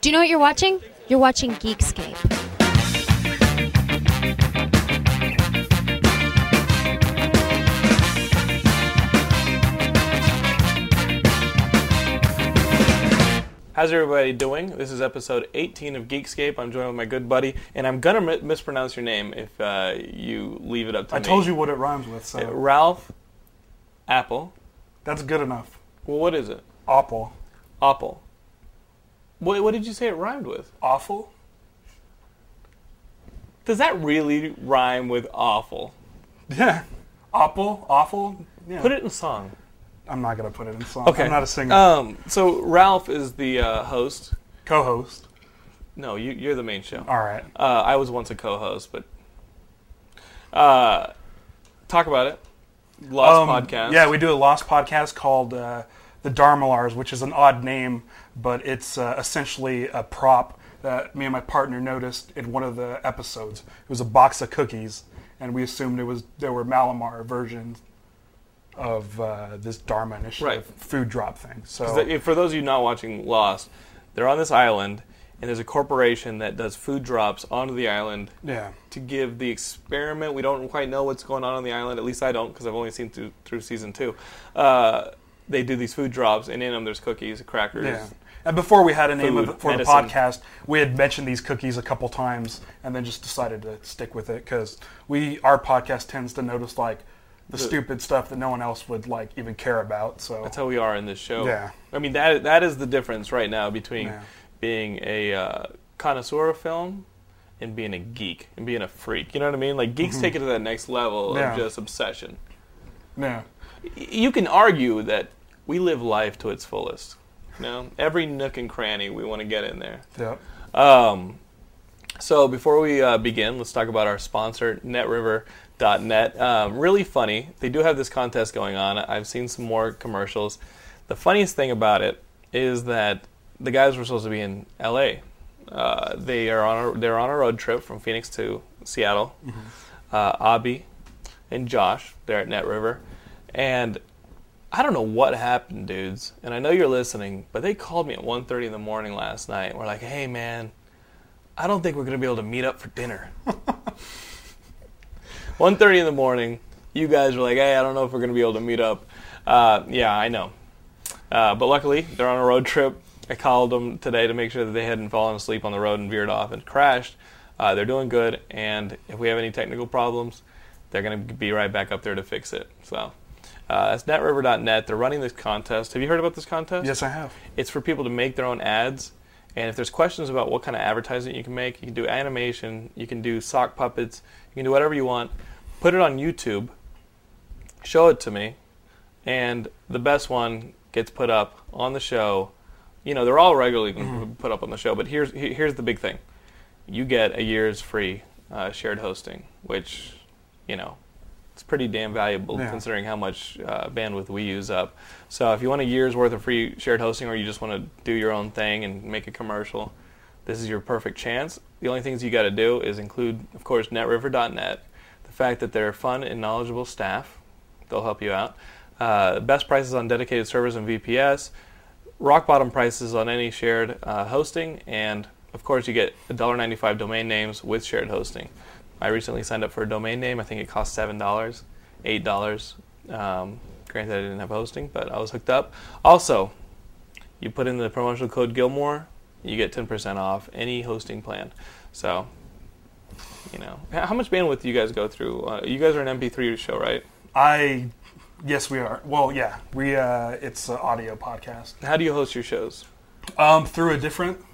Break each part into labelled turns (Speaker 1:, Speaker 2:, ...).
Speaker 1: Do you know what you're watching? You're watching Geekscape.
Speaker 2: How's everybody doing? This is episode 18 of Geekscape. I'm joined with my good buddy, and I'm gonna mi- mispronounce your name if uh, you leave it up to
Speaker 3: I
Speaker 2: me.
Speaker 3: told you what it rhymes with, so
Speaker 2: Uh, Ralph Apple.
Speaker 3: that's good enough.
Speaker 2: Well, what is it?
Speaker 3: Awful.
Speaker 2: Apple. What, what did you say it rhymed with?
Speaker 3: Awful?
Speaker 2: Does that really rhyme with awful?
Speaker 3: Yeah. Awful? Awful? Yeah.
Speaker 2: Put it in song.
Speaker 3: I'm not going to put it in song.
Speaker 2: Okay.
Speaker 3: I'm not a singer.
Speaker 2: Um, so Ralph is the uh, host.
Speaker 3: Co host.
Speaker 2: No, you, you're the main show.
Speaker 3: All right.
Speaker 2: Uh, I was once a co-host, but uh, talk about it. Lost
Speaker 3: Um,
Speaker 2: podcast.
Speaker 3: Yeah, we do a Lost podcast called uh, The Darmalars, which is an odd name, but it's uh, essentially a prop that me and my partner noticed in one of the episodes. It was a box of cookies, and we assumed it was there were Malamar versions of uh, this Dharma initiative
Speaker 2: Right.
Speaker 3: food drop thing. So
Speaker 2: Th- For those of you not watching Lost, they're on this island, and there's a corporation that does food drops onto the island
Speaker 3: yeah.
Speaker 2: to give the experiment. We don't quite know what's going on on the island. At least I don't, because I've only seen through, through season two. Uh, they do these food drops, and in them there's cookies, crackers.
Speaker 3: Yeah. And before we had a name of
Speaker 2: Food,
Speaker 3: it for
Speaker 2: medicine.
Speaker 3: the podcast, we had mentioned these cookies a couple times, and then just decided to stick with it because we our podcast tends to notice like the, stupid stuff that no one else would like even care about. So
Speaker 2: That's how we are in this show.
Speaker 3: Yeah.
Speaker 2: I mean that that is the difference right now between
Speaker 3: Yeah.
Speaker 2: being a uh, connoisseur of film and being a geek and being a freak. You know what I mean? Like geeks take it to that next level
Speaker 3: Mm-hmm. Yeah.
Speaker 2: of just obsession.
Speaker 3: yeah,
Speaker 2: Y- You can argue that we live life to its fullest. You know, every nook and cranny we want to get in there.
Speaker 3: yeah.
Speaker 2: Um, so before we uh, begin, let's talk about our sponsor, NetRiver.net. Um, really funny. They do have this contest going on. I've seen some more commercials. The funniest thing about it is that the guys were supposed to be in L.A. Uh, they are on a, they're on a road trip from Phoenix to Seattle. Uh, Abby and Josh, they're at NetRiver, and I don't know what happened, dudes, and I know you're listening, but they called me at 1.30 in the morning last night. We're like, hey, man, I don't think we're going to be able to meet up for dinner. 1.30 in the morning, you guys were like, hey, I don't know if we're going to be able to meet up. Uh, yeah, I know. Uh, but luckily, they're on a road trip. I called them today to make sure that they hadn't fallen asleep on the road and veered off and crashed. Uh, they're doing good, and if we have any technical problems, they're going to be right back up there to fix it. So uh, that's netriver.net. They're running this contest. Have you heard about this contest?
Speaker 3: Yes, I have.
Speaker 2: It's for people to make their own ads. And if there's questions about what kind of advertising you can make, you can do animation, you can do sock puppets, you can do whatever you want. Put it on YouTube, show it to me, and the best one gets put up on the show. You know, they're all regularly put up on the show, but here's he- here's the big thing: you get a year's free uh, shared hosting, which you know it's pretty damn valuable
Speaker 3: Yeah.
Speaker 2: considering how much uh, bandwidth we use up. So if you want a year's worth of free shared hosting, or you just want to do your own thing and make a commercial, this is your perfect chance. The only things you got to do is include, of course, netriver.net, the fact that they're fun and knowledgeable staff. They'll help you out. Uh, best prices on dedicated servers and VPS, rock bottom prices on any shared uh, hosting, and of course, you get $1.95 domain names with shared hosting. I recently signed up for a domain name. I think it cost $7, $8. Um, granted, I didn't have hosting, but I was hooked up. Also, you put in the promotional code Gilmore, you get 10% off any hosting plan. So, you know, h- how much bandwidth do you guys go through? Uh, you guys are an MP3 show, right?
Speaker 3: I yes, we are. Well, yeah, we. Uh, it's an audio podcast
Speaker 2: How do you host your shows?
Speaker 3: um, through a different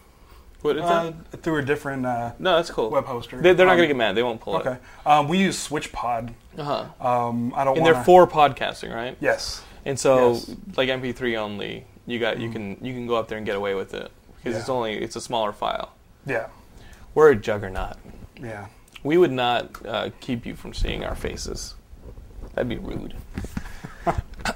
Speaker 2: What is
Speaker 3: uh,
Speaker 2: that?
Speaker 3: through a different uh,
Speaker 2: No, that's cool.
Speaker 3: web hoster.
Speaker 2: They, they're not
Speaker 3: Um,
Speaker 2: going to get mad. They won't pull
Speaker 3: Okay, um, we use SwitchPod.
Speaker 2: it. Uh-huh.
Speaker 3: Um, I don't.
Speaker 2: And
Speaker 3: wanna,
Speaker 2: they're for podcasting, right?
Speaker 3: Yes.
Speaker 2: And so,
Speaker 3: Yes. Mm-hmm.
Speaker 2: like MP3 only, you got you can you can go up there and get away with it because it's
Speaker 3: Yeah.
Speaker 2: only it's a smaller file.
Speaker 3: Yeah.
Speaker 2: We're a juggernaut.
Speaker 3: Yeah.
Speaker 2: We would not uh, keep you from seeing our faces. That'd be rude.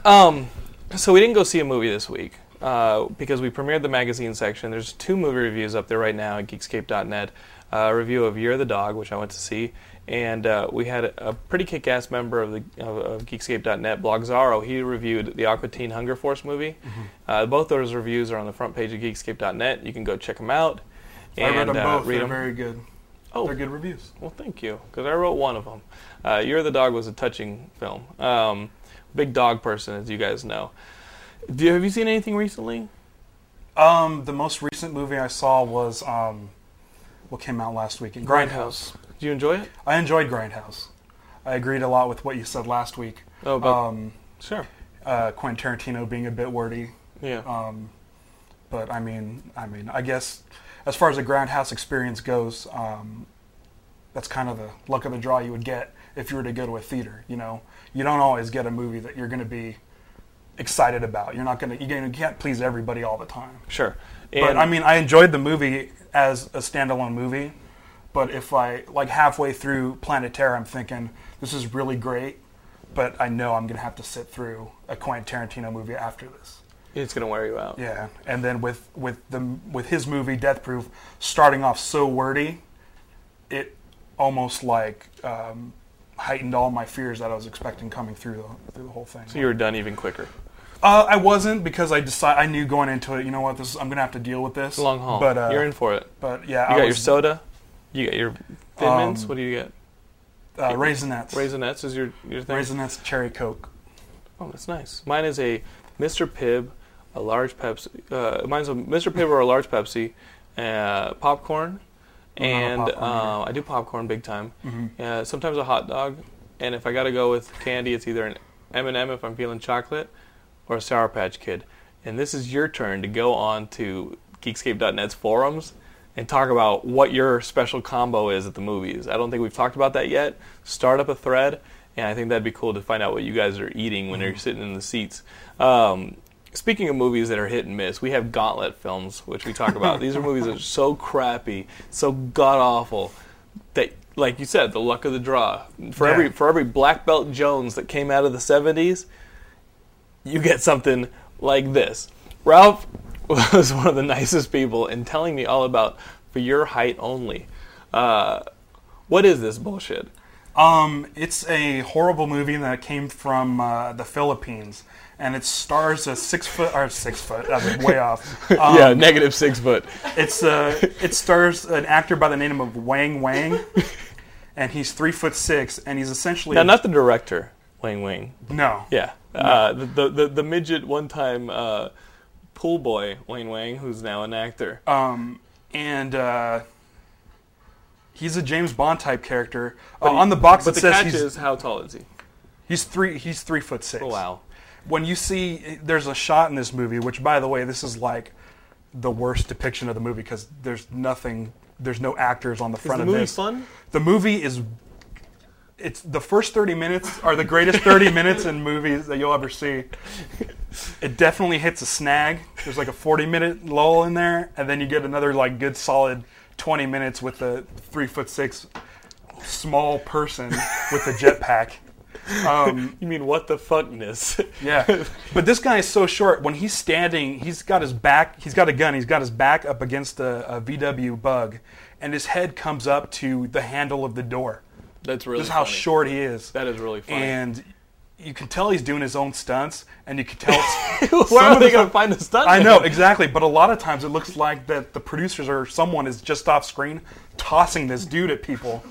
Speaker 2: um, so we didn't go see a movie this week. uh, because we premiered the magazine section. There's two movie reviews up there right now at Geekscape.net. Uh, a review of Year of the Dog, which I went to see, and uh, we had a, a pretty kick-ass member of the of, of Geekscape.net, Blogzaro. He reviewed the Aqua Teen Hunger Force movie.
Speaker 3: Mm-hmm.
Speaker 2: Uh, both those reviews are on the front page of Geekscape.net. You can go check them out.
Speaker 3: I read them
Speaker 2: uh,
Speaker 3: both.
Speaker 2: read
Speaker 3: They're
Speaker 2: 'em.
Speaker 3: very good.
Speaker 2: Oh.
Speaker 3: They're good reviews.
Speaker 2: Well, thank you, because I wrote one of them. Uh, Year of the Dog was a touching film. Um, big dog person, as you guys know. Do you, have you seen anything recently?
Speaker 3: Um, the most recent movie I saw was um, what came out last week. Grindhouse.
Speaker 2: Did you enjoy it?
Speaker 3: I enjoyed Grindhouse. I agreed a lot with what you said last week.
Speaker 2: Oh, about,
Speaker 3: Um,
Speaker 2: sure.
Speaker 3: uh, Quentin Tarantino being a bit wordy,
Speaker 2: Yeah.
Speaker 3: um, but I mean, I mean, I guess as far as the Grindhouse experience goes, um, that's kind of the luck of the draw you would get if you were to go to a theater. You know, you don't always get a movie that you're going to be excited about. You're not going to you can't please everybody all the time.
Speaker 2: sure.
Speaker 3: But
Speaker 2: And-
Speaker 3: I mean, I enjoyed the movie as a standalone movie. But if I like halfway through Planet Terror, I'm thinking this is really great, but I know I'm gonna have to sit through a Quentin Tarantino movie after this.
Speaker 2: it's gonna wear you out.
Speaker 3: Yeah, and then with with the with his movie Death Proof starting off so wordy, it almost like um, heightened all my fears that I was expecting coming through the through the whole thing.
Speaker 2: So you were done even quicker.
Speaker 3: Uh, I wasn't because I decide I knew going into it. You know what? This is, I'm gonna have to deal with this
Speaker 2: It's a long haul.
Speaker 3: But uh,
Speaker 2: You're in for it.
Speaker 3: But yeah,
Speaker 2: You
Speaker 3: I
Speaker 2: got your
Speaker 3: was,
Speaker 2: soda. You got your thin
Speaker 3: Um,
Speaker 2: mints. What do you get?
Speaker 3: uh, raisinets,
Speaker 2: Raisinets is your your thing.
Speaker 3: raisinets, cherry coke.
Speaker 2: Oh, that's nice. Mine is a Mr. Pibb, a large Pepsi. Uh, mine's a Mr. Pibb or a large Pepsi, uh, popcorn,
Speaker 3: I'm not a
Speaker 2: and
Speaker 3: popcorn Mm-hmm.
Speaker 2: uh, I do popcorn big time. Uh, sometimes a hot dog, and if I gotta go with candy, it's either an M and m if I'm feeling chocolate, or a Sour Patch Kid. And this is your turn to go on to Geekscape.net's forums and talk about what your special combo is at the movies. I don't think we've talked about that yet. Start up a thread, and I think that'd be cool to find out what you guys are eating when you're sitting in the seats. Um, speaking of movies that are hit and miss, we have Gauntlet films, which we talk about. These are movies that are so crappy, so god awful that like you said the luck of the draw for
Speaker 3: Yeah.
Speaker 2: every for every black belt jones that came out of the 70s you get something like this ralph was one of the nicest people in telling me all about for your height only uh, what is this bullshit
Speaker 3: Um, it's a horrible movie that came from uh, the Philippines, and it stars a six foot or six foot. I'm way off. Um,
Speaker 2: yeah negative six foot
Speaker 3: It's uh, it stars an actor by the name of Wang Wang, and he's three foot six, and he's essentially
Speaker 2: now not the director wang wang
Speaker 3: no.
Speaker 2: Yeah. Uh, the, the, the, the midget one time uh, pool boy, Wayne Wang, who's now an actor.
Speaker 3: Um, and uh, he's a James Bond type character. Uh, on the box
Speaker 2: but
Speaker 3: it
Speaker 2: the
Speaker 3: says
Speaker 2: catch
Speaker 3: he's,
Speaker 2: is how tall is he?
Speaker 3: he's three he's three foot six.
Speaker 2: Oh, wow.
Speaker 3: When you see there's a shot in this movie, which by the way, this is like the worst depiction of the movie because there's nothing, there's no actors on the front
Speaker 2: the
Speaker 3: of
Speaker 2: movie
Speaker 3: this.
Speaker 2: fun?
Speaker 3: The movie is. It's the first 30 minutes are the greatest 30 minutes in movies that you'll ever see. It definitely hits a snag. There's like a 40 minute lull in there, and then you get another like good solid 20 minutes with a three foot six small person with a jetpack. Um,
Speaker 2: You mean what the fuckness?
Speaker 3: yeah. But this guy is so short. When he's standing, he's got his back, he's got a gun, he's got his back up against a, a VW bug, and his head comes up to the handle of the door.
Speaker 2: That's really
Speaker 3: This is how
Speaker 2: funny.
Speaker 3: short he is.
Speaker 2: That is really funny.
Speaker 3: And you can tell he's doing his own stunts, and you can tell.
Speaker 2: Where
Speaker 3: some
Speaker 2: are
Speaker 3: of
Speaker 2: they
Speaker 3: the-
Speaker 2: going to find a stunt?
Speaker 3: I
Speaker 2: man?
Speaker 3: know exactly, but a lot of times it looks like that the producers or someone is just off screen tossing this dude at people.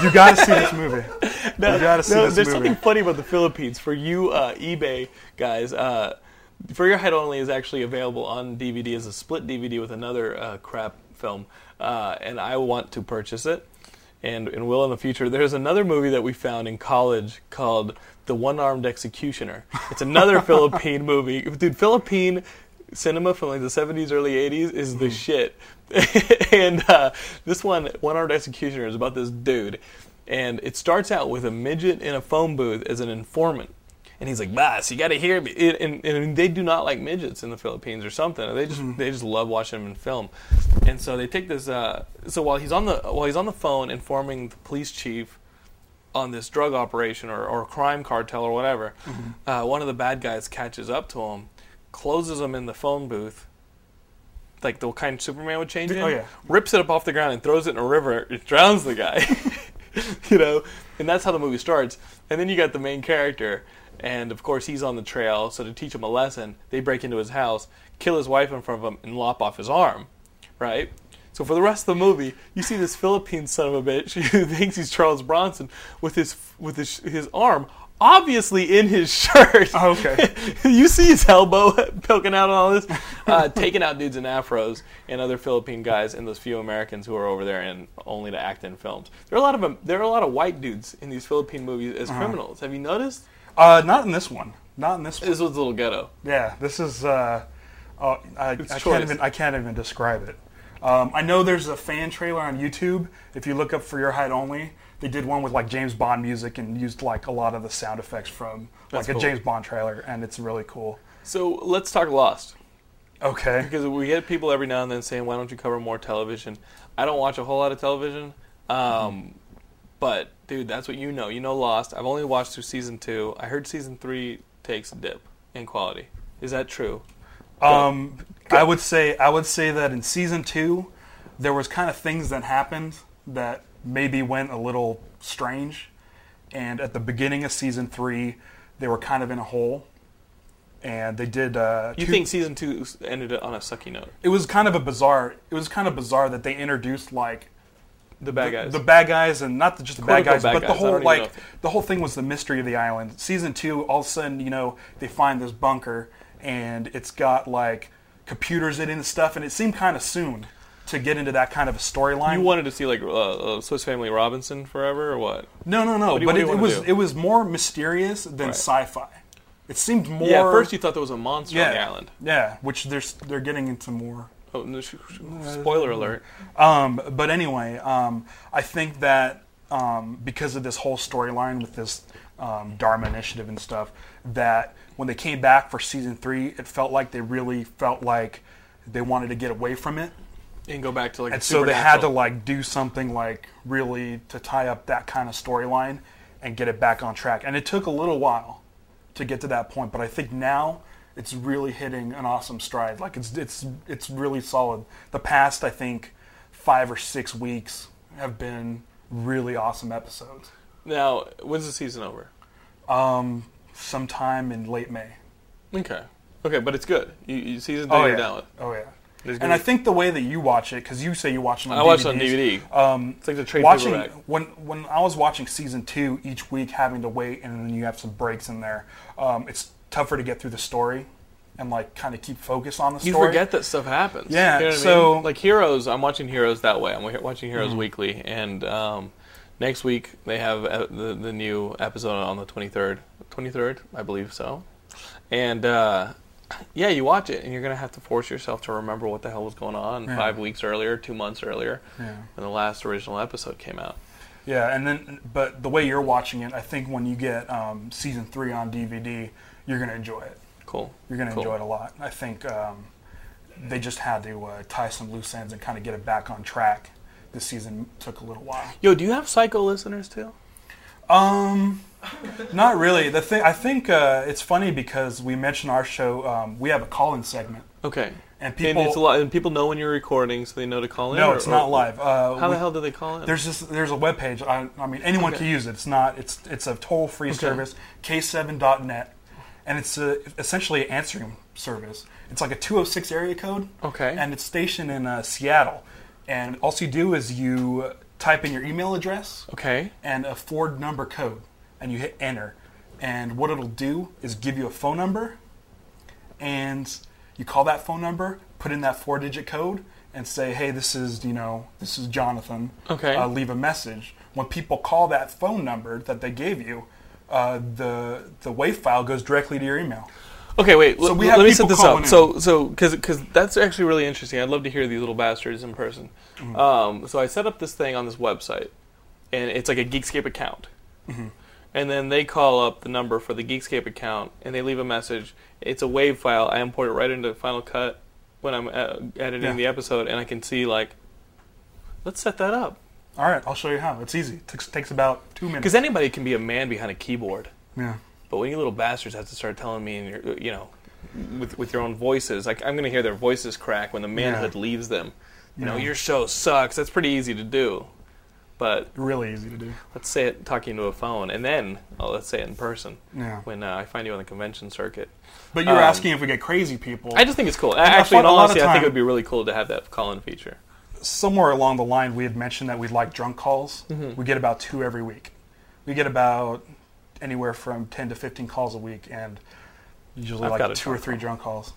Speaker 3: you got to see this movie. you got to see
Speaker 2: No,
Speaker 3: this
Speaker 2: there's
Speaker 3: movie.
Speaker 2: something funny about the Philippines. For you uh, eBay guys, uh, For Your Head Only is actually available on DVD as a split DVD with another uh, crap film, uh, and I want to purchase it, and and will in the future. There's another movie that we found in college called The One Armed Executioner. It's another Philippine movie, dude. Philippine. Cinema from like the 70s, early 80s is
Speaker 3: Hmm.
Speaker 2: the shit. and uh, this one, One Armed Executioner, is about this dude and it starts out with a midget in a phone booth as an informant. And he's like, "Boss, you got to hear me." It, and, and they do not like midgets in the Philippines or something. They just they just love watching them in film. And so they take this. Uh, so while he's on the while he's on the phone informing the police chief on this drug operation or, or crime cartel or whatever, uh, one of the bad guys catches up to him, closes them in the phone booth, like the kind Superman would change in,
Speaker 3: Oh, yeah.
Speaker 2: rips it up off the ground and throws it in a river. It drowns the guy, you know, and that's how the movie starts. And then you got the main character, and of course he's on the trail. So to teach him a lesson, they break into his house, kill his wife in front of him, and lop off his arm, right? So for the rest of the movie, you see this Philippine son of a bitch who thinks he's Charles Bronson with his with his his arm obviously in his shirt.
Speaker 3: Oh, okay.
Speaker 2: you see his elbow poking out and all this, uh, taking out dudes in afros and other Philippine guys and those few Americans who are over there and only to act in films. There are a lot of 'em- there are a lot of white dudes in these Philippine movies as
Speaker 3: Uh-huh.
Speaker 2: criminals. Have you noticed?
Speaker 3: Uh, not in this one. Not in this one.
Speaker 2: This was a little ghetto.
Speaker 3: Yeah, this is. Uh, oh, I, I
Speaker 2: choice.
Speaker 3: can't even. I can't even describe it. Um, I know there's a fan trailer on YouTube. If you look up for your height only, they did one with like James Bond music and used like a lot of the sound effects from like
Speaker 2: That's
Speaker 3: a
Speaker 2: cool.
Speaker 3: James Bond trailer, and it's really cool.
Speaker 2: So let's talk Lost.
Speaker 3: Okay.
Speaker 2: because we get people every now and then saying, "Why don't you cover more television?" I don't watch a whole lot of television,
Speaker 3: Mm-hmm.
Speaker 2: um, but dude, that's what you know. You know Lost. I've only watched through season two. I heard season three takes a dip in quality. Is that true?
Speaker 3: Um, I would say I would say that in season two, there was kind of things that happened that maybe went a little strange, and at the beginning of season three, they were kind of in a hole, and they did. Uh,
Speaker 2: You
Speaker 3: two-
Speaker 2: think season two s- ended on a sucky note?
Speaker 3: it was kind of a bizarre? It was kind of bizarre that they introduced like
Speaker 2: The bad guys.
Speaker 3: the bad guys, and not just the bad
Speaker 2: Quote-unquote
Speaker 3: guys,
Speaker 2: bad
Speaker 3: but the
Speaker 2: guys, I don't
Speaker 3: whole
Speaker 2: even know.
Speaker 3: like the whole thing was the mystery of the island. Season two, all of a sudden, you know, they find this bunker, and it's got like computers in it and stuff, and it seemed kind of soon to get into that kind of a storyline.
Speaker 2: you wanted to see like uh, uh, Swiss Family Robinson forever or what?
Speaker 3: no, no, no,
Speaker 2: do you- what
Speaker 3: but
Speaker 2: do
Speaker 3: it,
Speaker 2: you
Speaker 3: it
Speaker 2: wanna
Speaker 3: was
Speaker 2: do?
Speaker 3: it was more mysterious than
Speaker 2: Right.
Speaker 3: sci-fi. It seemed more.
Speaker 2: yeah, at first you thought there was a monster on the island.
Speaker 3: Yeah, which they're s- they're getting into more.
Speaker 2: Oh, no, sh- sh- spoiler alert.
Speaker 3: Um, but anyway, um, I think that um, because of this whole storyline with this um, Dharma initiative and stuff, that when they came back for season three, it felt like they really felt like they wanted to get away from it,
Speaker 2: And go back to like
Speaker 3: and so they had to
Speaker 2: supernatural.
Speaker 3: like do something like really to tie up that kind of storyline and get it back on track. And it took a little while to get to that point, but I think now it's really hitting an awesome stride. Like it's it's it's really solid. The past I think five or six weeks have been really awesome episodes.
Speaker 2: Now, when's the season over?
Speaker 3: Sometime in late May.
Speaker 2: Okay. Okay, but it's good. You, you season two,
Speaker 3: Oh
Speaker 2: you're
Speaker 3: yeah.
Speaker 2: down with.
Speaker 3: Oh yeah.
Speaker 2: There's
Speaker 3: And
Speaker 2: gonna
Speaker 3: I
Speaker 2: be-
Speaker 3: think the way that you watch it, because you say you watch it on
Speaker 2: I watched it on
Speaker 3: DVDs,
Speaker 2: DVD. Um, it's like the trade
Speaker 3: watching
Speaker 2: paperback.
Speaker 3: when when I was watching season two each week, having to wait, and then you have some breaks in there. Um, it's tougher to get through the story and like kind of keep focus on the
Speaker 2: You
Speaker 3: story.
Speaker 2: forget that stuff happens.
Speaker 3: Yeah,
Speaker 2: You know what I
Speaker 3: so- Mm-hmm.
Speaker 2: mean? like Heroes, I'm watching Heroes that way. I'm wa- watching Heroes weekly, and um, next week they have uh, the the new episode on the 23rd, 23rd, I believe so. And uh, yeah, you watch it, and you're gonna have to force yourself to remember what the hell was going on
Speaker 3: Yeah.
Speaker 2: five weeks earlier, two months earlier,
Speaker 3: Yeah.
Speaker 2: when the last original episode came out.
Speaker 3: Yeah, and then but the way you're watching it, I think when you get um, season three on DVD, you're gonna enjoy it.
Speaker 2: Cool.
Speaker 3: You're gonna
Speaker 2: Cool.
Speaker 3: enjoy it a lot. I think um, they just had to uh, tie some loose ends and kind of get it back on track. This season took a little while.
Speaker 2: Yo, do you have psycho listeners too?
Speaker 3: Um, not really. The thing I think uh, it's funny because we mentioned our show. Um, we have a call-in segment,
Speaker 2: Okay.
Speaker 3: and people
Speaker 2: and it's a lot, and people know when you're recording, so they know to call in.
Speaker 3: no,
Speaker 2: or-
Speaker 3: it's
Speaker 2: or-
Speaker 3: not live. Uh,
Speaker 2: How
Speaker 3: we-
Speaker 2: the hell do they call in?
Speaker 3: There's just there's a webpage. I, I mean, anyone
Speaker 2: Okay.
Speaker 3: can use it. It's not. It's it's a toll-free service. K7.net, and it's a, essentially an answering service. It's like a 206 area code.
Speaker 2: Okay.
Speaker 3: And it's stationed in uh, Seattle, and all you do is you type in your email address.
Speaker 2: okay.
Speaker 3: and a Ford number code, and you hit enter. And what it'll do is give you a phone number, and you call that phone number, put in that four-digit code, and say, "Hey, this is you know this is Jonathan."
Speaker 2: Okay.
Speaker 3: Uh, leave a message. When people call that phone number that they gave you, uh, the the WAV file goes directly to your email.
Speaker 2: Okay, wait. l-
Speaker 3: we
Speaker 2: l-
Speaker 3: have
Speaker 2: let me set
Speaker 3: people
Speaker 2: this
Speaker 3: calling
Speaker 2: up.
Speaker 3: in.
Speaker 2: So, so because that's actually really interesting. I'd love to hear these little bastards in person.
Speaker 3: Mm-hmm.
Speaker 2: Um, so I set up this thing on this website, and it's like a Geekscape account.
Speaker 3: Mm-hmm.
Speaker 2: And then they call up the number for the Geekscape account, and they leave a message. It's a WAV file. I import it right into Final Cut when I'm uh, editing
Speaker 3: Yeah.
Speaker 2: the episode, and I can see like, let's set that up
Speaker 3: All right, I'll show you how. It's easy. It takes, takes about two minutes.
Speaker 2: because anybody can be a man behind a keyboard.
Speaker 3: yeah.
Speaker 2: But when you little bastards have to start telling me, and you're, you know, with with your own voices. Like I'm gonna hear their voices crack when the manhood leaves them. You know,
Speaker 3: Yeah.
Speaker 2: your show sucks. That's pretty easy to do, but
Speaker 3: Really easy to do.
Speaker 2: let's say it talking to a phone, and then oh, let's say it in person.
Speaker 3: Yeah.
Speaker 2: When uh, I find you on the convention circuit,
Speaker 3: But you were
Speaker 2: Um,
Speaker 3: asking if we get crazy people.
Speaker 2: I just think it's cool. Actually,
Speaker 3: fun-
Speaker 2: in
Speaker 3: a
Speaker 2: all
Speaker 3: lot of
Speaker 2: honesty, I think
Speaker 3: time-
Speaker 2: it would be really cool to have that call-in feature.
Speaker 3: somewhere along the line we had mentioned that we like drunk calls.
Speaker 2: Mm-hmm.
Speaker 3: We get about two every week. We get about anywhere from ten to fifteen calls a week, and usually
Speaker 2: I've got a
Speaker 3: like two or
Speaker 2: drunk
Speaker 3: three drunk calls.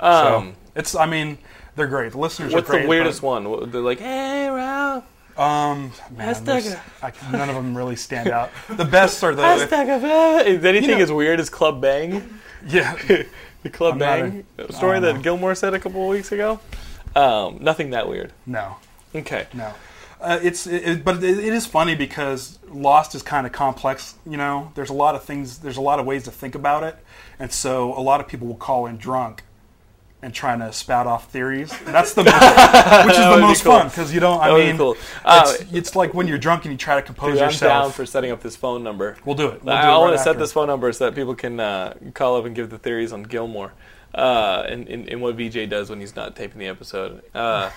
Speaker 3: So
Speaker 2: Um,
Speaker 3: it's I mean they're great. The listeners
Speaker 2: what's
Speaker 3: are great.
Speaker 2: the weirdest one? What- They're like, "Hey, Ralph,
Speaker 3: but, um, man,
Speaker 2: Hashtag-
Speaker 3: there's- I can- none of them really stand out. The best are
Speaker 2: how's
Speaker 3: the
Speaker 2: that going?" Is anything
Speaker 3: You know-
Speaker 2: as weird as Club Bang?
Speaker 3: yeah.
Speaker 2: The Club
Speaker 3: I'm not
Speaker 2: Bang
Speaker 3: a-
Speaker 2: story
Speaker 3: I don't
Speaker 2: that
Speaker 3: know.
Speaker 2: Gilmore said a couple of weeks ago. Um, nothing that weird.
Speaker 3: No,
Speaker 2: Okay.
Speaker 3: no. Uh, it's it, it- but it, it is funny because Lost is kind of complex. You know, there's a lot of things. There's a lot of ways to think about it, and so a lot of people will call in drunk and trying to spout off theories. And that's the most, which is
Speaker 2: would
Speaker 3: the
Speaker 2: be
Speaker 3: most
Speaker 2: cool.
Speaker 3: fun because you don't. I
Speaker 2: That would be
Speaker 3: mean,
Speaker 2: cool. Uh,
Speaker 3: it's, it's like when you're drunk and you try to compose
Speaker 2: Dude, I'm down
Speaker 3: yourself.
Speaker 2: for setting up this phone number.
Speaker 3: we'll do it. We'll do
Speaker 2: I,
Speaker 3: it right
Speaker 2: want to set
Speaker 3: after.
Speaker 2: this phone number so that people can uh, call up and give the theories on Gilmore uh, and, and, and what VJ does when he's not taping the episode. Uh,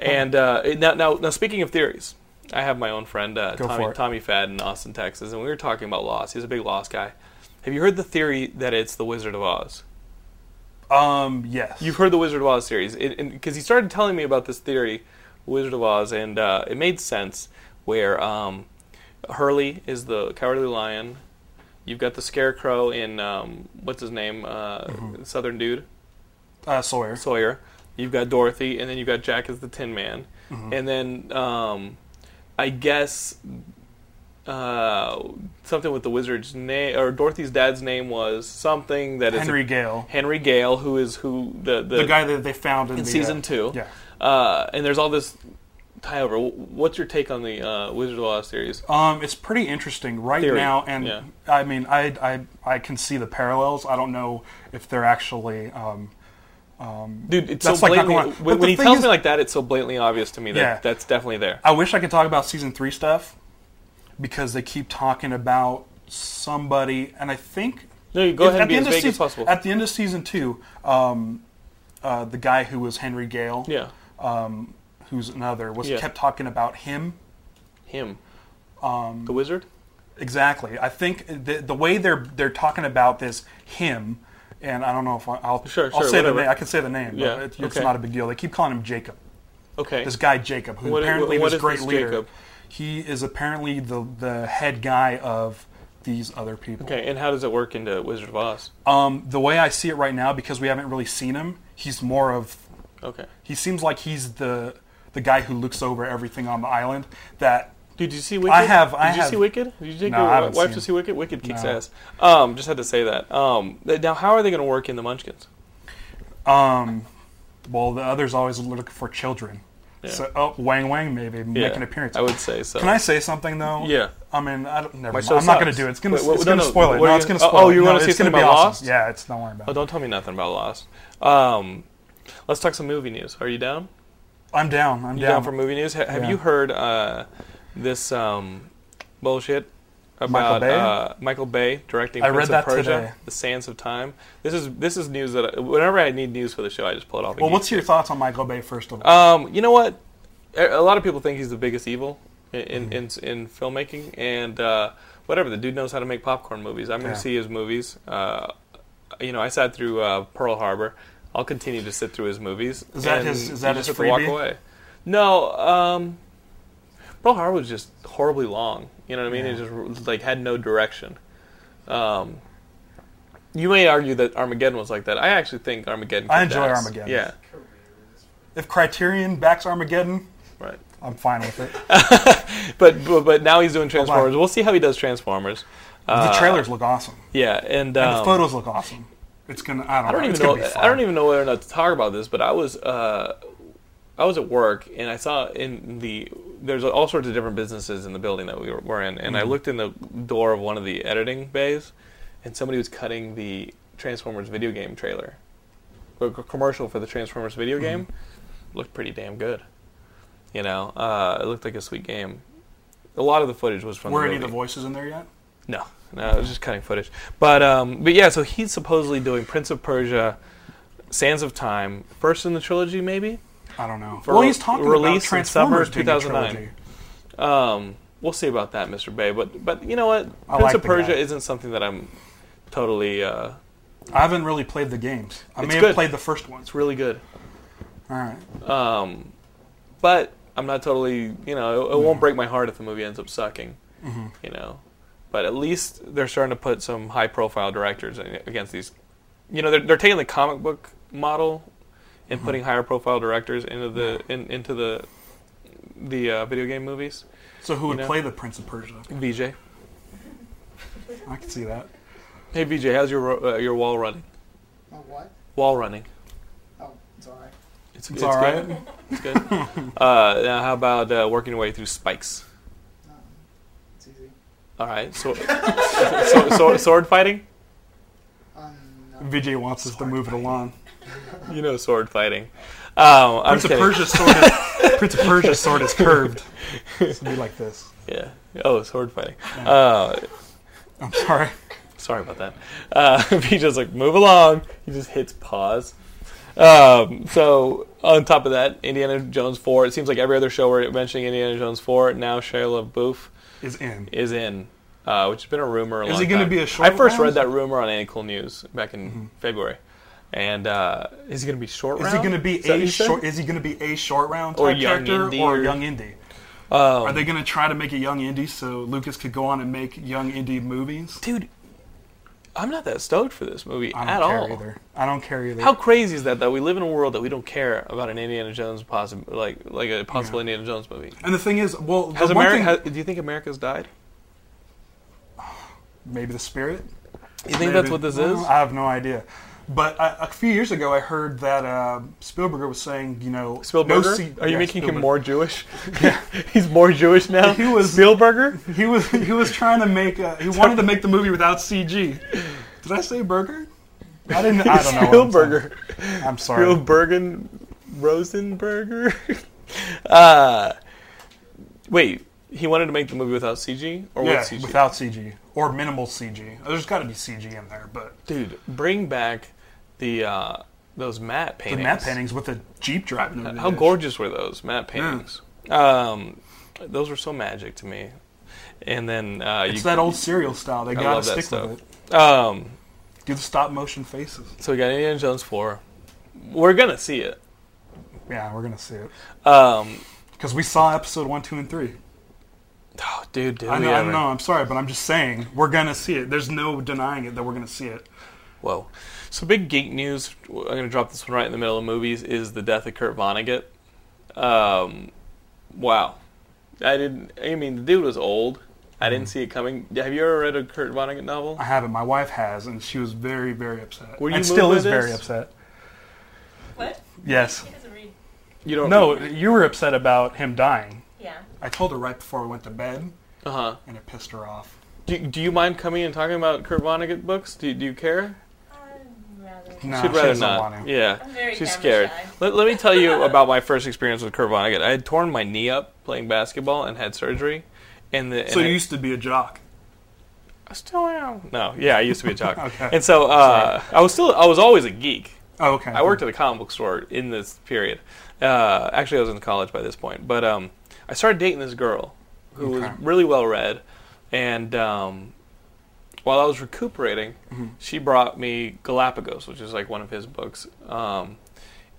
Speaker 2: and uh, now, now, now, speaking of theories, I have my own friend uh,
Speaker 3: Go for
Speaker 2: Tommy,
Speaker 3: it.
Speaker 2: Tommy Fad in Austin, Texas, and we were talking about Lost. He's a big Lost guy. Have you heard the theory that it's the Wizard of Oz?
Speaker 3: Um, yes.
Speaker 2: You've heard the Wizard of Oz series because he started telling me about this theory, Wizard of Oz, and uh, it made sense. Where um, Hurley is the Cowardly Lion, you've got the Scarecrow in um, what's his name, uh,
Speaker 3: Mm-hmm.
Speaker 2: Southern dude
Speaker 3: uh, Sawyer.
Speaker 2: Sawyer. You've got Dorothy, and then you've got Jack as the Tin Man,
Speaker 3: Mm-hmm.
Speaker 2: and then um, I guess uh, something with the wizard's name or Dorothy's dad's name was something that is
Speaker 3: Henry Gale,
Speaker 2: Henry Gale, who is who the the,
Speaker 3: the guy that they found in,
Speaker 2: in
Speaker 3: the,
Speaker 2: season
Speaker 3: uh,
Speaker 2: two.
Speaker 3: Yeah.
Speaker 2: Uh, and there's all this tie-over. Wh- What's your take on the uh, Wizard of Oz series?
Speaker 3: Um, it's pretty interesting right
Speaker 2: Theory,
Speaker 3: now, and
Speaker 2: yeah.
Speaker 3: I mean, I, I I can see the parallels. I don't know if they're actually. Um,
Speaker 2: Dude, it's
Speaker 3: That's,
Speaker 2: so
Speaker 3: like, not
Speaker 2: blatantly...
Speaker 3: going-
Speaker 2: when
Speaker 3: but
Speaker 2: when
Speaker 3: the
Speaker 2: he
Speaker 3: thing
Speaker 2: tells
Speaker 3: is-
Speaker 2: me like that, it's so blatantly obvious to me that
Speaker 3: Yeah.
Speaker 2: that's definitely there.
Speaker 3: I wish I could talk about season three stuff because they keep talking about somebody, and I think
Speaker 2: No, you go ahead and be
Speaker 3: the
Speaker 2: as
Speaker 3: end of
Speaker 2: vague as
Speaker 3: seas-
Speaker 2: possible.
Speaker 3: At the end of season two, um, uh, the guy who was Henry Gale, um,
Speaker 2: Yeah,
Speaker 3: who's another, was
Speaker 2: Yeah.
Speaker 3: kept talking about him.
Speaker 2: him. Um, the wizard?
Speaker 3: Exactly. I think the, the way they're they're talking about this him, and I don't know if I, I'll
Speaker 2: Sure, sure,
Speaker 3: I'll say
Speaker 2: whatever.
Speaker 3: the name. I can say the name,
Speaker 2: Yeah,
Speaker 3: but it, it's
Speaker 2: okay.
Speaker 3: not a big deal. They keep calling him Jacob.
Speaker 2: Okay.
Speaker 3: This guy Jacob, who
Speaker 2: What-
Speaker 3: apparently
Speaker 2: what
Speaker 3: was
Speaker 2: is
Speaker 3: great
Speaker 2: this
Speaker 3: leader.
Speaker 2: Jacob?
Speaker 3: He is apparently the the head guy of these other people.
Speaker 2: Okay, and how does it work into Wizard of Oz?
Speaker 3: Um, the way I see it right now, because we haven't really seen him, he's more of
Speaker 2: Okay.
Speaker 3: he seems like he's the the guy who looks over everything on the island. That
Speaker 2: Dude, did you see Wicked?
Speaker 3: I have-
Speaker 2: Did
Speaker 3: I
Speaker 2: you
Speaker 3: have-
Speaker 2: see Wicked? Did you take
Speaker 3: No,
Speaker 2: your
Speaker 3: I haven't
Speaker 2: wife
Speaker 3: seen
Speaker 2: to
Speaker 3: it.
Speaker 2: see Wicked? Wicked kicks
Speaker 3: No.
Speaker 2: ass. Um, just had to say that. Um, th- now, how are they going to work in the Munchkins?
Speaker 3: um, well, the others always look for children.
Speaker 2: Yeah.
Speaker 3: So oh, Wang Wang maybe make an appearance.
Speaker 2: I would say so.
Speaker 3: Can I say something though?
Speaker 2: Yeah.
Speaker 3: I mean, I don't, never
Speaker 2: My
Speaker 3: mind.
Speaker 2: show
Speaker 3: I'm not going
Speaker 2: sucks.
Speaker 3: to do it. It's going
Speaker 2: Wait, what-
Speaker 3: to it's
Speaker 2: no,
Speaker 3: going to
Speaker 2: no,
Speaker 3: spoil
Speaker 2: what
Speaker 3: it.
Speaker 2: are
Speaker 3: No,
Speaker 2: you
Speaker 3: it's going to
Speaker 2: gonna-
Speaker 3: spoil
Speaker 2: oh,
Speaker 3: it.
Speaker 2: you
Speaker 3: No,
Speaker 2: wanna see
Speaker 3: it's
Speaker 2: something
Speaker 3: gonna be
Speaker 2: about
Speaker 3: awesome.
Speaker 2: Lost?
Speaker 3: Yeah, it's don't worry about.
Speaker 2: Oh,
Speaker 3: it.
Speaker 2: don't tell me nothing about Lost. Um, let's talk some movie news. Are you down?
Speaker 3: I'm down. I'm
Speaker 2: You
Speaker 3: down.
Speaker 2: down for movie news? Ha- have
Speaker 3: Yeah.
Speaker 2: you heard uh, this um, bullshit
Speaker 3: Michael
Speaker 2: about
Speaker 3: Bay?
Speaker 2: Uh, Michael Bay directing
Speaker 3: I
Speaker 2: Prince
Speaker 3: read
Speaker 2: of
Speaker 3: that
Speaker 2: Persia,
Speaker 3: today.
Speaker 2: The Sands of Time? This is this is news that I, whenever I need news for the show, I just pull it off.
Speaker 3: well, what's your thoughts on Michael Bay first of all?
Speaker 2: Um, you know what? A a lot of people think he's the biggest evil in in, in,
Speaker 3: Mm-hmm.
Speaker 2: in filmmaking, and uh, whatever. The dude knows how to make popcorn movies. I'm going
Speaker 3: Yeah.
Speaker 2: to see his movies. Uh, you know, I sat through uh, Pearl Harbor. I'll continue to sit through his movies.
Speaker 3: Is that
Speaker 2: and
Speaker 3: his- is
Speaker 2: you
Speaker 3: that
Speaker 2: just
Speaker 3: his
Speaker 2: have to walk
Speaker 3: freebie?
Speaker 2: away? No, um, Pearl Harbor was just horribly long. You know what I mean? It just like had no direction. Um, you may argue that Armageddon was like that. I actually think Armageddon.
Speaker 3: I
Speaker 2: kicked
Speaker 3: enjoy
Speaker 2: ass.
Speaker 3: Armageddon.
Speaker 2: Yeah,
Speaker 3: if Criterion backs Armageddon,
Speaker 2: right.
Speaker 3: I'm fine with it.
Speaker 2: but, but but now he's doing Transformers. We'll see how he does Transformers.
Speaker 3: Oh, the trailers look awesome.
Speaker 2: Yeah, and,
Speaker 3: And
Speaker 2: Uh, um,
Speaker 3: the photos look awesome. It's gonna. I don't,
Speaker 2: I don't
Speaker 3: know.
Speaker 2: even
Speaker 3: it's gonna
Speaker 2: know.
Speaker 3: Be fun.
Speaker 2: I don't even know whether or not to talk about this, but I was uh, I was at work and I saw in the there's all sorts of different businesses in the building that we were, were in,
Speaker 3: Mm-hmm.
Speaker 2: and I looked in the door of one of the editing bays, and somebody was cutting the Transformers video game trailer, the c- commercial for the Transformers video
Speaker 3: Mm-hmm.
Speaker 2: game. Looked pretty damn good, you know. Uh, it looked like a sweet game. A lot of the footage was from
Speaker 3: Were
Speaker 2: the
Speaker 3: any of the
Speaker 2: movie.
Speaker 3: voices in there yet?
Speaker 2: No, no, I was just cutting footage. But um, but yeah, so he's supposedly doing Prince of Persia, Sands of Time, first in the trilogy, maybe.
Speaker 3: I don't know.
Speaker 2: For
Speaker 3: well, he's talking
Speaker 2: release in
Speaker 3: about Transformers
Speaker 2: summer
Speaker 3: being a
Speaker 2: 2009.
Speaker 3: trilogy.
Speaker 2: Um, we'll see about that, Mr. Bay. But but you know what,
Speaker 3: I
Speaker 2: Prince
Speaker 3: like
Speaker 2: of
Speaker 3: the
Speaker 2: Persia
Speaker 3: guy.
Speaker 2: isn't something that I'm totally. Uh,
Speaker 3: I haven't really played the games. I
Speaker 2: It's
Speaker 3: may
Speaker 2: good.
Speaker 3: have played the first one.
Speaker 2: it's really good, Um,
Speaker 3: All right.
Speaker 2: but I'm not totally. You know, it, it won't break my heart if the movie ends up sucking.
Speaker 3: Mm-hmm.
Speaker 2: You know, but at least they're starting to put some high-profile directors in- against these. You know, they're they're taking the comic book model and putting higher-profile directors into the in, into the the uh, video game movies.
Speaker 3: So who would
Speaker 2: know?
Speaker 3: play the Prince of Persia?
Speaker 2: VJ,
Speaker 3: I can see that.
Speaker 2: hey VJ, how's your ro- uh, your wall running?
Speaker 4: My Oh, what?
Speaker 2: Wall running.
Speaker 4: Oh, it's all right.
Speaker 3: It's all right.
Speaker 2: Good. It's good. uh, now, how about uh, working your way through spikes?
Speaker 4: Um, It's easy.
Speaker 2: All right. So, so, so sword fighting.
Speaker 4: Um, no.
Speaker 3: VJ wants us to move it along.
Speaker 2: You know, sword fighting. Um, I'm
Speaker 3: Prince
Speaker 2: just
Speaker 3: of
Speaker 2: kidding.
Speaker 3: Persia's sword. Is, Prince of Persia's sword is curved. It's gonna be like this.
Speaker 2: Yeah. Oh, sword fighting. Uh,
Speaker 3: I'm sorry.
Speaker 2: sorry about that. Uh, he just like move along. He just hits pause. Um, so on top of that, Indiana Jones four. It seems like every other show we're mentioning Indiana Jones four. Now Shia LaBeouf
Speaker 3: Is in.
Speaker 2: is in, uh, which has been a rumor. A
Speaker 3: Is
Speaker 2: long
Speaker 3: it gonna
Speaker 2: time.
Speaker 3: be a short
Speaker 2: I first
Speaker 3: round? Mm-hmm.
Speaker 2: read that rumor on Ankle News back in February, and uh, is it going to be short?
Speaker 3: Is
Speaker 2: round?
Speaker 3: he going to be
Speaker 2: that what
Speaker 3: a
Speaker 2: you said?
Speaker 3: short? Is he going to be a short round type
Speaker 2: Or young
Speaker 3: character
Speaker 2: indie
Speaker 3: or
Speaker 2: or-
Speaker 3: young indie?
Speaker 2: Oh,
Speaker 3: Are they going to try to make a young indie so Lucas could go on and make young indie movies?
Speaker 2: Dude, I'm not that stoked for this movie
Speaker 3: I don't
Speaker 2: at
Speaker 3: care
Speaker 2: all.
Speaker 3: either. I don't care either.
Speaker 2: How crazy is that? That we live in a world that we don't care about an Indiana Jones possible, like like a possible
Speaker 3: Yeah.
Speaker 2: Indiana Jones movie.
Speaker 3: and the thing is, well, the
Speaker 2: Has
Speaker 3: one
Speaker 2: America?
Speaker 3: thing-
Speaker 2: has- do you think America's died?
Speaker 3: maybe the spirit.
Speaker 2: You think that's
Speaker 3: Maybe.
Speaker 2: what this
Speaker 3: Well,
Speaker 2: is?
Speaker 3: I have no idea. But I, a few years ago, I heard that uh, Spielberg was saying, you know,
Speaker 2: Spielberg?
Speaker 3: no C-
Speaker 2: Are you
Speaker 3: yeah,
Speaker 2: making him
Speaker 3: Spielberg.
Speaker 2: more Jewish? He's more Jewish now.
Speaker 3: He was-
Speaker 2: Spielberger.
Speaker 3: He was he was trying to make uh, he wanted to make the movie without CG. Did I say burger? I didn't. I don't know. what I'm
Speaker 2: Spielberger.
Speaker 3: saying. I'm sorry.
Speaker 2: Real Bergen Rosenberger. uh, wait, he wanted to make the movie without CG or
Speaker 3: Yeah,
Speaker 2: with CG?
Speaker 3: without CG or minimal CG. There's got to be CG in there, but
Speaker 2: Dude, bring back the uh, those matte
Speaker 3: the
Speaker 2: paintings.
Speaker 3: matte paintings with the jeep driving. over the
Speaker 2: How
Speaker 3: edge.
Speaker 2: gorgeous were those matte paintings? Um, those were so magic to me. And then uh,
Speaker 3: It's
Speaker 2: you,
Speaker 3: that old serial style. They
Speaker 2: I
Speaker 3: got to
Speaker 2: love that
Speaker 3: stick
Speaker 2: stuff.
Speaker 3: with it.
Speaker 2: Um,
Speaker 3: Do the stop motion faces.
Speaker 2: so we got Indiana Jones four. We're gonna see it.
Speaker 3: Yeah, we're gonna see it
Speaker 2: Um,
Speaker 3: because we saw episode one, two, and three.
Speaker 2: oh, dude, did
Speaker 3: I
Speaker 2: we
Speaker 3: know, I
Speaker 2: ever.
Speaker 3: know. I'm sorry, but I'm just saying we're gonna see it. There's no denying it that we're gonna see it.
Speaker 2: Whoa. So big geek news. I'm going to drop this one right in the middle of movies. Is the death of Kurt Vonnegut? Um, wow. I didn't. I mean, the dude was old. I
Speaker 3: Mm.
Speaker 2: didn't see it coming. Have you ever read a Kurt Vonnegut novel?
Speaker 3: I haven't. My wife has, and she was very, very upset.
Speaker 2: Were you
Speaker 3: and
Speaker 2: moved
Speaker 3: still
Speaker 2: by
Speaker 3: is very
Speaker 2: this?
Speaker 3: upset.
Speaker 5: What?
Speaker 3: Yes.
Speaker 5: He doesn't read.
Speaker 2: You don't.
Speaker 3: No, you were upset about him dying.
Speaker 5: Yeah.
Speaker 3: I told her right before we went to bed,
Speaker 2: Uh huh.
Speaker 3: and it pissed her off.
Speaker 2: Do, do you mind coming and talking about Kurt Vonnegut books? Do, do you care?
Speaker 5: I'd rather.
Speaker 3: No,
Speaker 2: She'd
Speaker 3: she
Speaker 2: rather
Speaker 3: doesn't
Speaker 2: not.
Speaker 3: want to.
Speaker 2: Yeah.
Speaker 5: I'm very
Speaker 2: She's
Speaker 5: camera
Speaker 2: scared.
Speaker 5: shy.
Speaker 2: Let, let me tell you about my first experience with Kurt Vonnegut. I had torn my knee up playing basketball and had surgery. And the,
Speaker 3: So
Speaker 2: and
Speaker 3: you
Speaker 2: I-
Speaker 3: used to be a jock.
Speaker 2: I still am. No, yeah, I used to be a jock,
Speaker 3: Okay.
Speaker 2: and so uh, I was still I was always a geek.
Speaker 3: Oh, okay.
Speaker 2: I worked at a comic book store in this period. Uh, actually, I was in college by this point, but um, I started dating this girl who was
Speaker 3: Okay.
Speaker 2: really well read, and um, while I was recuperating, she brought me Galapagos, which is like one of his books, um,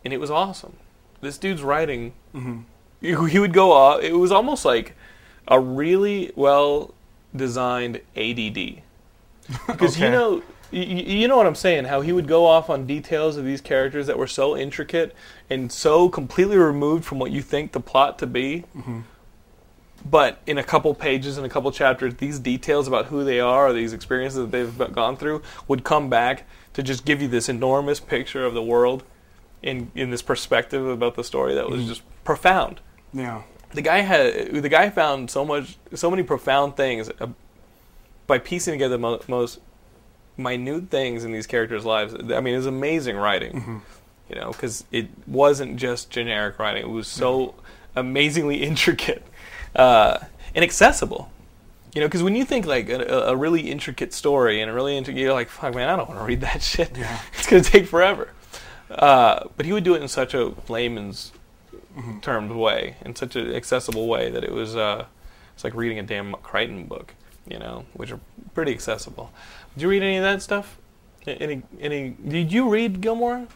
Speaker 2: and it was awesome. This dude's writing you- he would go off. It was almost like a really well designed ADD. Because you
Speaker 3: Okay.
Speaker 2: know, you, you know what I'm saying. How he would go off on details of these characters that were so intricate and so completely removed from what you think the plot to be. But in a couple pages and a couple chapters, these details about who they are, or these experiences that they've b- gone through, would come back to just give you this enormous picture of the world in in this perspective about the story that was just profound
Speaker 3: Yeah.
Speaker 2: the guy had the guy found so much so many profound things uh, by piecing together the mo- most minute things in these characters' lives. I mean, it was amazing writing, you know, because it wasn't just generic writing. It was so amazingly intricate uh, and accessible. You know, because when you think like a, a really intricate story and a really intricate, you're like, fuck, man, I don't want to read that shit.
Speaker 3: Yeah.
Speaker 2: it's going to take forever. Uh, but he would do it in such a layman's terms way, in such an accessible way that it was, uh, it's like reading a damn Crichton book, you know, which are pretty accessible. Did you read any of that stuff? A- Any, any? Did you read Gilmore?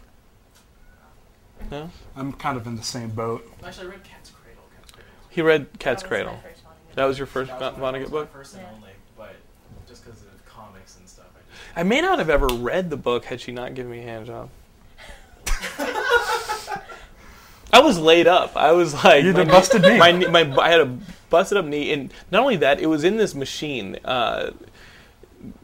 Speaker 2: No.
Speaker 3: I'm kind of in the same boat.
Speaker 6: Actually, I read Cat's Cradle. Cat's Cradle.
Speaker 2: He read Cat's
Speaker 5: That was my
Speaker 2: Cradle.
Speaker 5: first one, yeah.
Speaker 2: That was your first
Speaker 6: That was my- that
Speaker 2: Vonnegut
Speaker 6: was my
Speaker 2: book.
Speaker 6: First and
Speaker 5: Yeah.
Speaker 6: only, but just because of comics and stuff. I just,
Speaker 2: I may not have ever read the book had she not given me a hand job. I was laid up. I was like
Speaker 3: You
Speaker 2: my
Speaker 3: done busted me.
Speaker 2: My, knee- my I had a busted up knee, and not only that, it was in this machine. Uh,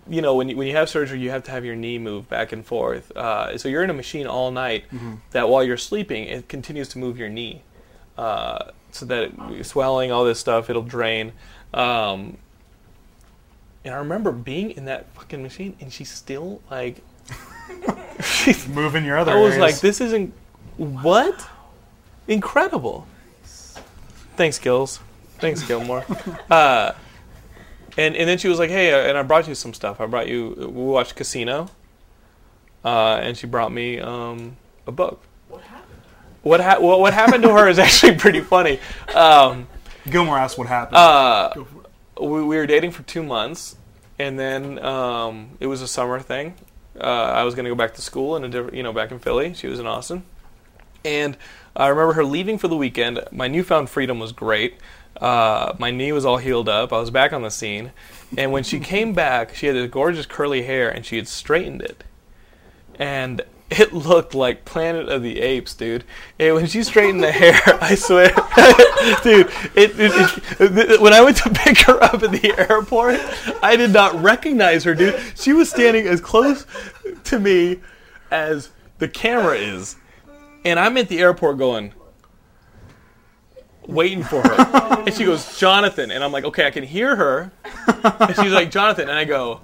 Speaker 2: you know, when you, when you have surgery, you have to have your knee move back and forth. Uh, so you're in a machine all night. That while you're sleeping, it continues to move your knee, uh, so that it, swelling, all this stuff, it'll drain. Um, and I remember being in that fucking machine, and she's still like, she's,
Speaker 3: Moving your other
Speaker 2: I was
Speaker 3: areas.
Speaker 2: like, this isn't what incredible. Thanks, Gills. Thanks, Gilmore. uh, and and then she was like, hey, uh, and I brought you some stuff. I brought you. We watched Casino, uh, and she brought me um, a book.
Speaker 6: what happened? to her?
Speaker 2: What ha- what what happened to her is actually pretty funny. Um,
Speaker 3: Gilmore asked what happened.
Speaker 2: uh,
Speaker 3: Go for it.
Speaker 2: we, we were dating for two months, and then um, it was a summer thing. Uh, I was going to go back to school in a different, you know, back in Philly. She was in Austin, and I remember her leaving for the weekend. My newfound freedom was great. Uh, my knee was all healed up. I was back on the scene, and when she came back, she had this gorgeous curly hair, and she had straightened it and it looked like Planet of the Apes, dude. And when she straightened the hair, I swear, dude, it, it, it- th- when I went to pick her up at the airport, I did not recognize her, dude. She was standing as close to me as the camera is, and I'm at the airport going. Waiting for her, and she goes, Jonathan, and I'm like, okay, I can hear her, and she's like, Jonathan, and I go,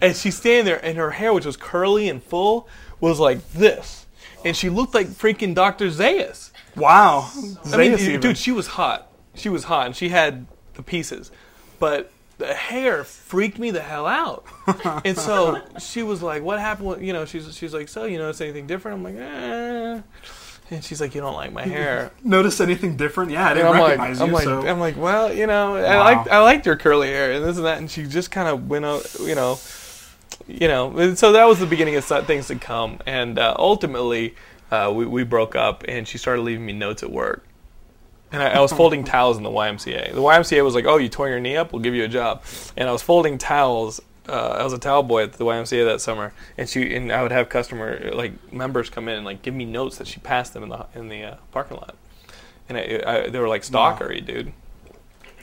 Speaker 2: and she's standing there, and her hair, which was curly and full, was like this, and she looked like freaking Dr. Zayas.
Speaker 3: wow.
Speaker 2: I mean,
Speaker 3: Zayas even.
Speaker 2: dude, she was hot. She was hot, and she had the pieces, but the hair freaked me the hell out. and so she was like, "What happened?" with-" You know, she's she's like, "So you notice anything different?" I'm like, "Eh." And she's like, "You don't like my hair."
Speaker 3: notice anything different? Yeah, I didn't
Speaker 2: And I'm
Speaker 3: recognize
Speaker 2: like, I'm
Speaker 3: you.
Speaker 2: like,
Speaker 3: so
Speaker 2: I'm like, well, you know, I
Speaker 3: Wow.
Speaker 2: liked, I liked your curly hair and this and that, and she just kind of went out, you know, you know. And so that was the beginning of so- things to come, and uh, ultimately, uh, we we broke up, and she started leaving me notes at work, and I, I was folding towels in the YMCA. The YMCA was like, oh, you tore your knee up, we'll give you a job, and I was folding towels. Uh, I was a towel boy at the YMCA that summer, and she and I would have customer like members come in and like give me notes that she passed them in the in the uh, parking lot and I, I, they were like stalkery, dude.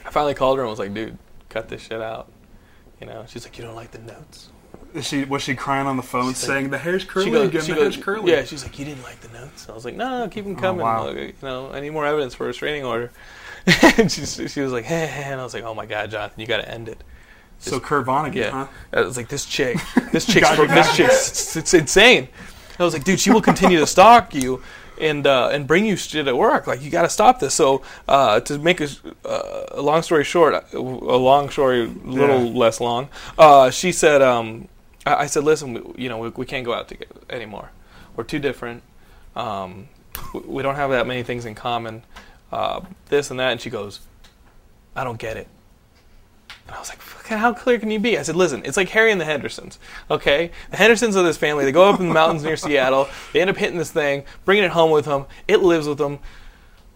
Speaker 2: I finally called her and was like, dude, cut this shit out. You know, she's like, you don't like the notes.
Speaker 3: is she was she crying on the phone
Speaker 2: She's like-
Speaker 3: saying the hair's curly?
Speaker 2: she goes,
Speaker 3: again,
Speaker 2: she
Speaker 3: the
Speaker 2: goes,
Speaker 3: hair's curly. Oh,
Speaker 2: yeah. She's like, you didn't like the notes. I was like, no, no, keep them coming.
Speaker 3: wow.
Speaker 2: Look, you know, I need more evidence for a restraining order. and she, she was like, eh, eh, and I was like, oh my god, Jonathan, you got to end it.
Speaker 3: so Kurt Vonnegut,
Speaker 2: Yeah.
Speaker 3: huh?
Speaker 2: I was like, this chick, this chick's,
Speaker 3: Got you
Speaker 2: this
Speaker 3: Uh-huh. back.
Speaker 2: chick's, it's, it's insane. I was like, dude, she will continue to stalk you and uh, and bring you shit at work. Like, you got to stop this. So, uh, to make a, s- uh, a long story short, a long story, little
Speaker 3: Yeah.
Speaker 2: less long, uh, she said, um, I, I said, listen, we, you know, we, we can't go out together anymore. We're too different. Um, we, we don't have that many things in common. Uh, this and that. And she goes, I don't get it. And I was like, "Fucking, how clear can you be? I said, listen, it's like Harry and the Hendersons, okay? The Hendersons are this family. They go up in the mountains near Seattle. They end up hitting this thing, bringing it home with them. It lives with them.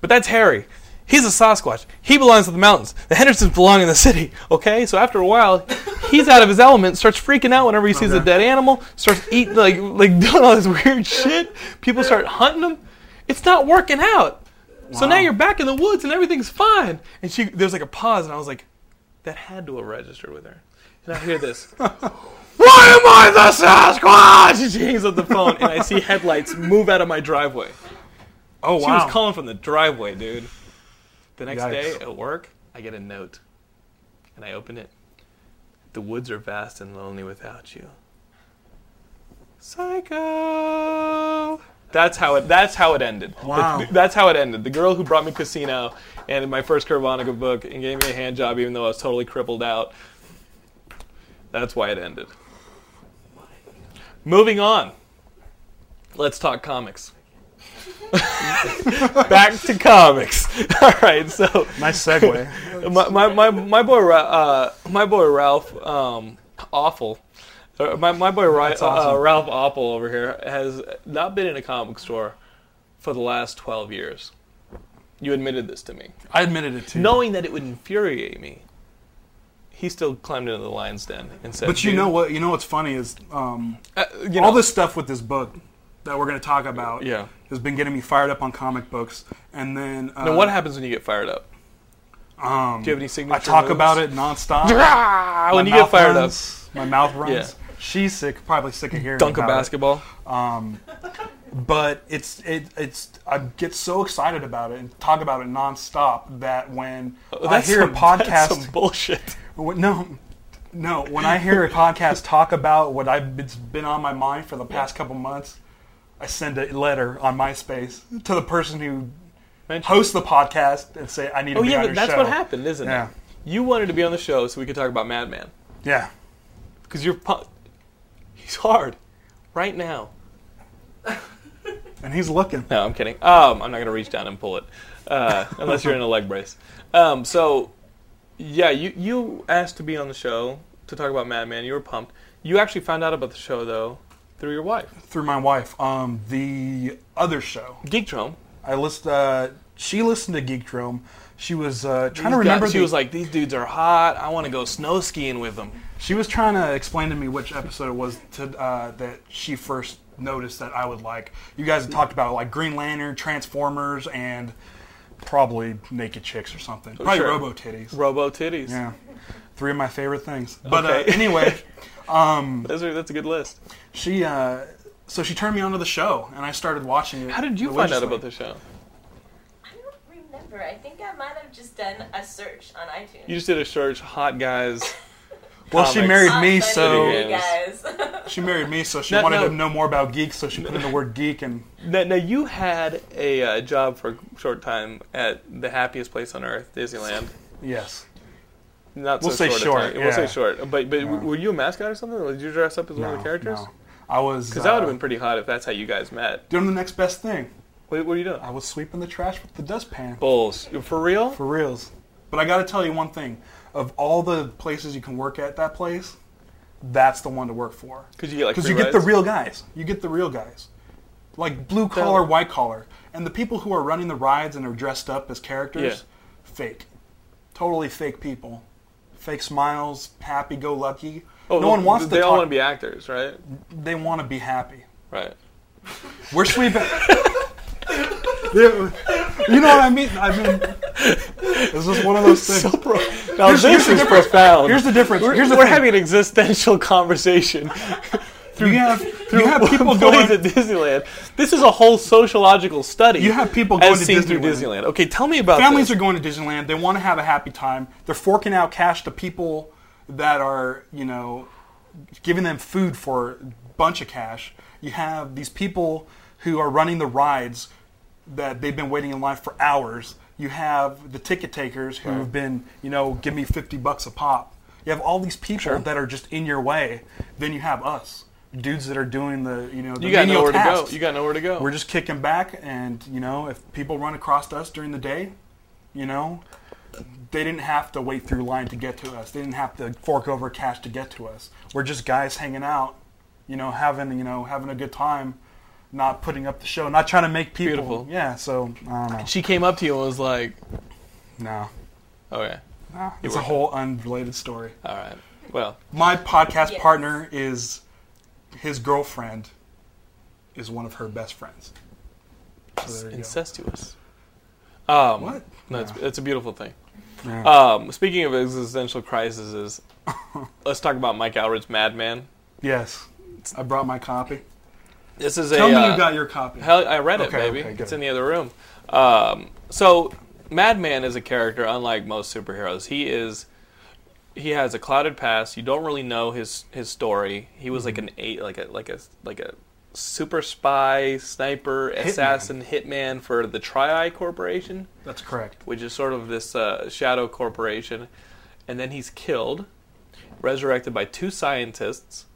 Speaker 2: But that's Harry. He's a Sasquatch. He belongs to the mountains. The Hendersons belong in the city, okay? So after a while, he's out of his element, starts freaking out whenever he sees a
Speaker 3: Okay.
Speaker 2: dead animal, starts eating, like, like doing all this weird shit. People start hunting him. It's not working out. So now
Speaker 3: Wow.
Speaker 2: you're back in the woods and everything's fine. And she, there's like a pause, and I was like, that had to have registered with her. And I hear this. Why am I the Sasquatch? And she hangs up the phone, and I see headlights move out of my driveway.
Speaker 3: Oh
Speaker 2: She
Speaker 3: wow.
Speaker 2: was calling from the driveway, dude. The next
Speaker 3: Yikes.
Speaker 2: day at work, I get a note, and I open it. The woods are vast and lonely without you. Psycho. That's how it. That's how it ended.
Speaker 3: Wow.
Speaker 2: The- that's how it ended. The girl who brought me Casino and my first Carbonica book and gave me a hand job, even though I was totally crippled out. That's why it ended. Moving on. Let's talk comics. Back to comics. All right. So
Speaker 3: Nice segue.
Speaker 2: my, my, my, my boy Ra- uh, my boy Ralph um, awful. Uh, My, my boy Ra- uh,
Speaker 3: awesome.
Speaker 2: Ralph Opel over here has not been in a comic book store for the last 12 years. You admitted this to me.
Speaker 3: I admitted it too.
Speaker 2: Knowing that it would infuriate me, he still climbed into the lion's den and said,
Speaker 3: but you
Speaker 2: "Dude,"
Speaker 3: know what? You know what's funny is um,
Speaker 2: Uh, you
Speaker 3: all
Speaker 2: know-
Speaker 3: this stuff with this book that we're going to talk about
Speaker 2: Yeah.
Speaker 3: has been getting me fired up on comic books. And then uh,
Speaker 2: Now, what happens when you get fired up?
Speaker 3: Um,
Speaker 2: Do you have any
Speaker 3: I
Speaker 2: signature
Speaker 3: talk
Speaker 2: moves?
Speaker 3: about it nonstop.
Speaker 2: Ah, when you get fired
Speaker 3: up, my mouth runs.
Speaker 2: Yeah.
Speaker 3: She's sick, probably sick of hearing.
Speaker 2: up, dunk a
Speaker 3: about it.
Speaker 2: basketball.
Speaker 3: Um, but it's it it's I get so excited about it and talk about it nonstop that when
Speaker 2: Oh,
Speaker 3: I hear
Speaker 2: some-
Speaker 3: a
Speaker 2: That's
Speaker 3: podcast,
Speaker 2: some bullshit.
Speaker 3: when- no, no, when I hear a podcast talk about what I've it's been on my mind for the past couple months, I send a letter on MySpace to the person who
Speaker 2: Mention-
Speaker 3: hosts the podcast and say I need to
Speaker 2: Oh
Speaker 3: be
Speaker 2: yeah,
Speaker 3: on
Speaker 2: but
Speaker 3: your
Speaker 2: that's
Speaker 3: show.
Speaker 2: what happened, isn't
Speaker 3: Yeah.
Speaker 2: it? You wanted to be on the show so we could talk about Madman
Speaker 3: Yeah,
Speaker 2: because you're pu- he's hard right now.
Speaker 3: and he's looking.
Speaker 2: No, I'm kidding. Um, I'm not gonna reach down and pull it uh, unless you're in a leg brace. Um, so yeah, you you asked to be on the show to talk about Madman. You were pumped. You actually found out about the show though through your wife,
Speaker 3: through my wife. Um, the other show,
Speaker 2: Geektron.
Speaker 3: I list. Uh, she listened to Geek Drome. She was uh, trying to
Speaker 2: These guys-
Speaker 3: remember.
Speaker 2: She
Speaker 3: the-
Speaker 2: was like, "These dudes are hot. I want to go snow skiing with them."
Speaker 3: she was trying to explain to me which episode it was to, uh, that she first noticed that I would like. You guys had talked about like Green Lantern, Transformers, and probably naked chicks or something. Probably
Speaker 2: Oh, Sure.
Speaker 3: robo titties.
Speaker 2: Robo titties.
Speaker 3: yeah, three of my favorite things. But
Speaker 2: Okay.
Speaker 3: uh, anyway. um,
Speaker 2: Those are, that's a good list.
Speaker 3: She uh, so she turned me onto the show, and I started watching it.
Speaker 2: How did you find out
Speaker 3: religiously.
Speaker 2: about the show?
Speaker 5: I don't remember. I think I might have just done a search on iTunes.
Speaker 2: You just did a search, hot guys.
Speaker 3: Well, she
Speaker 2: comics.
Speaker 3: married
Speaker 5: On
Speaker 3: me, so
Speaker 5: Sunday, you guys.
Speaker 3: She married me, so she
Speaker 2: No,
Speaker 3: wanted
Speaker 2: no.
Speaker 3: to know more about geeks, so she put in the word geek, and
Speaker 2: Now, now you had a uh, job for a short time at the happiest place on earth, Disneyland.
Speaker 3: yes,
Speaker 2: Not
Speaker 3: We'll
Speaker 2: so
Speaker 3: say
Speaker 2: short. a
Speaker 3: short,
Speaker 2: time. We'll say
Speaker 3: yeah.
Speaker 2: short. But but w- were you a mascot or something? Or Did you dress up as one of
Speaker 3: No,
Speaker 2: the characters?
Speaker 3: no. I was uh,
Speaker 2: Because that would have been pretty hot if that's how you guys met.
Speaker 3: doing the next best thing.
Speaker 2: What, what are you doing?
Speaker 3: I was sweeping the trash with the dustpan
Speaker 2: Bulls for real?
Speaker 3: Uh, for reals. But I got to tell you one thing: of all the places you can work at that place, that's the one to work for.
Speaker 2: Because you get like
Speaker 3: Because
Speaker 2: free
Speaker 3: you get the
Speaker 2: rides?
Speaker 3: real guys. You get the real guys. Like blue collar, white collar. And the people who are running the rides and are dressed up as characters, fake. Totally fake people. Fake smiles, happy go lucky.
Speaker 2: Oh,
Speaker 3: no one wants
Speaker 2: They
Speaker 3: to
Speaker 2: all
Speaker 3: talk.
Speaker 2: want to be actors, right?
Speaker 3: they want to be happy.
Speaker 2: Right.
Speaker 3: We're sweeping. you know what I mean? I mean, this is one of those things.
Speaker 2: Now
Speaker 3: Here's- here's
Speaker 2: this
Speaker 3: the
Speaker 2: is
Speaker 3: difference.
Speaker 2: profound.
Speaker 3: Here's the difference.
Speaker 2: We're,
Speaker 3: Here's the
Speaker 2: we're
Speaker 3: thing.
Speaker 2: having an existential conversation.
Speaker 3: you have you have people
Speaker 2: Employees
Speaker 3: going.
Speaker 2: at Disneyland. This is a whole sociological study.
Speaker 3: You have people
Speaker 2: as
Speaker 3: going to
Speaker 2: seen through
Speaker 3: Disneyland.
Speaker 2: Disneyland. Okay, tell me about
Speaker 3: Families
Speaker 2: this.
Speaker 3: are going to Disneyland. They want to have a happy time. They're forking out cash to people that are, you know, giving them food for a bunch of cash. You have these people who are running the rides that they've been waiting in line for hours. You have the ticket takers who have been, you know, give me 50 bucks a pop. You have all these people that are just in your way. Then you have us, dudes that are doing the, you know, the
Speaker 2: you got
Speaker 3: menial
Speaker 2: nowhere to
Speaker 3: tasks.
Speaker 2: go. You got nowhere to go.
Speaker 3: We're just kicking back, and you know, if people run across us during the day, you know, they didn't have to wait through line to get to us. They didn't have to fork over cash to get to us. We're just guys hanging out, you know, having you know having a good time, not putting up the show, not trying to make people.
Speaker 2: Beautiful.
Speaker 3: Yeah. So I don't know.
Speaker 2: she came up to you and was like,
Speaker 3: No,
Speaker 2: "Okay,
Speaker 3: Nah, it's
Speaker 2: were-
Speaker 3: a whole unrelated story.
Speaker 2: all right, well,
Speaker 3: My podcast
Speaker 5: Yes.
Speaker 3: partner is his girlfriend is one of her best friends. So there you go.
Speaker 2: incestuous." Um,
Speaker 3: What?
Speaker 2: No, it's, it's a beautiful thing.
Speaker 3: Yeah.
Speaker 2: Um, speaking of existential crises, let's talk about Mike Alred's Madman.
Speaker 3: Yes. I brought my copy.
Speaker 2: This is
Speaker 3: Tell
Speaker 2: a.
Speaker 3: me
Speaker 2: uh,
Speaker 3: you got your copy.
Speaker 2: Hell, I read it,
Speaker 3: Okay,
Speaker 2: baby.
Speaker 3: okay, good.
Speaker 2: it's in the other room. Um, so, Madman is a character unlike most superheroes. He is he has
Speaker 3: Mm-hmm.
Speaker 2: a clouded past. You don't really know his his story. He was like an eight, like a like a like a super spy, sniper,
Speaker 3: Hitman.
Speaker 2: assassin, hitman for the Tri-Eye Corporation,
Speaker 3: That's correct.
Speaker 2: which is sort of this uh, shadow corporation. And then he's killed, resurrected by two scientists,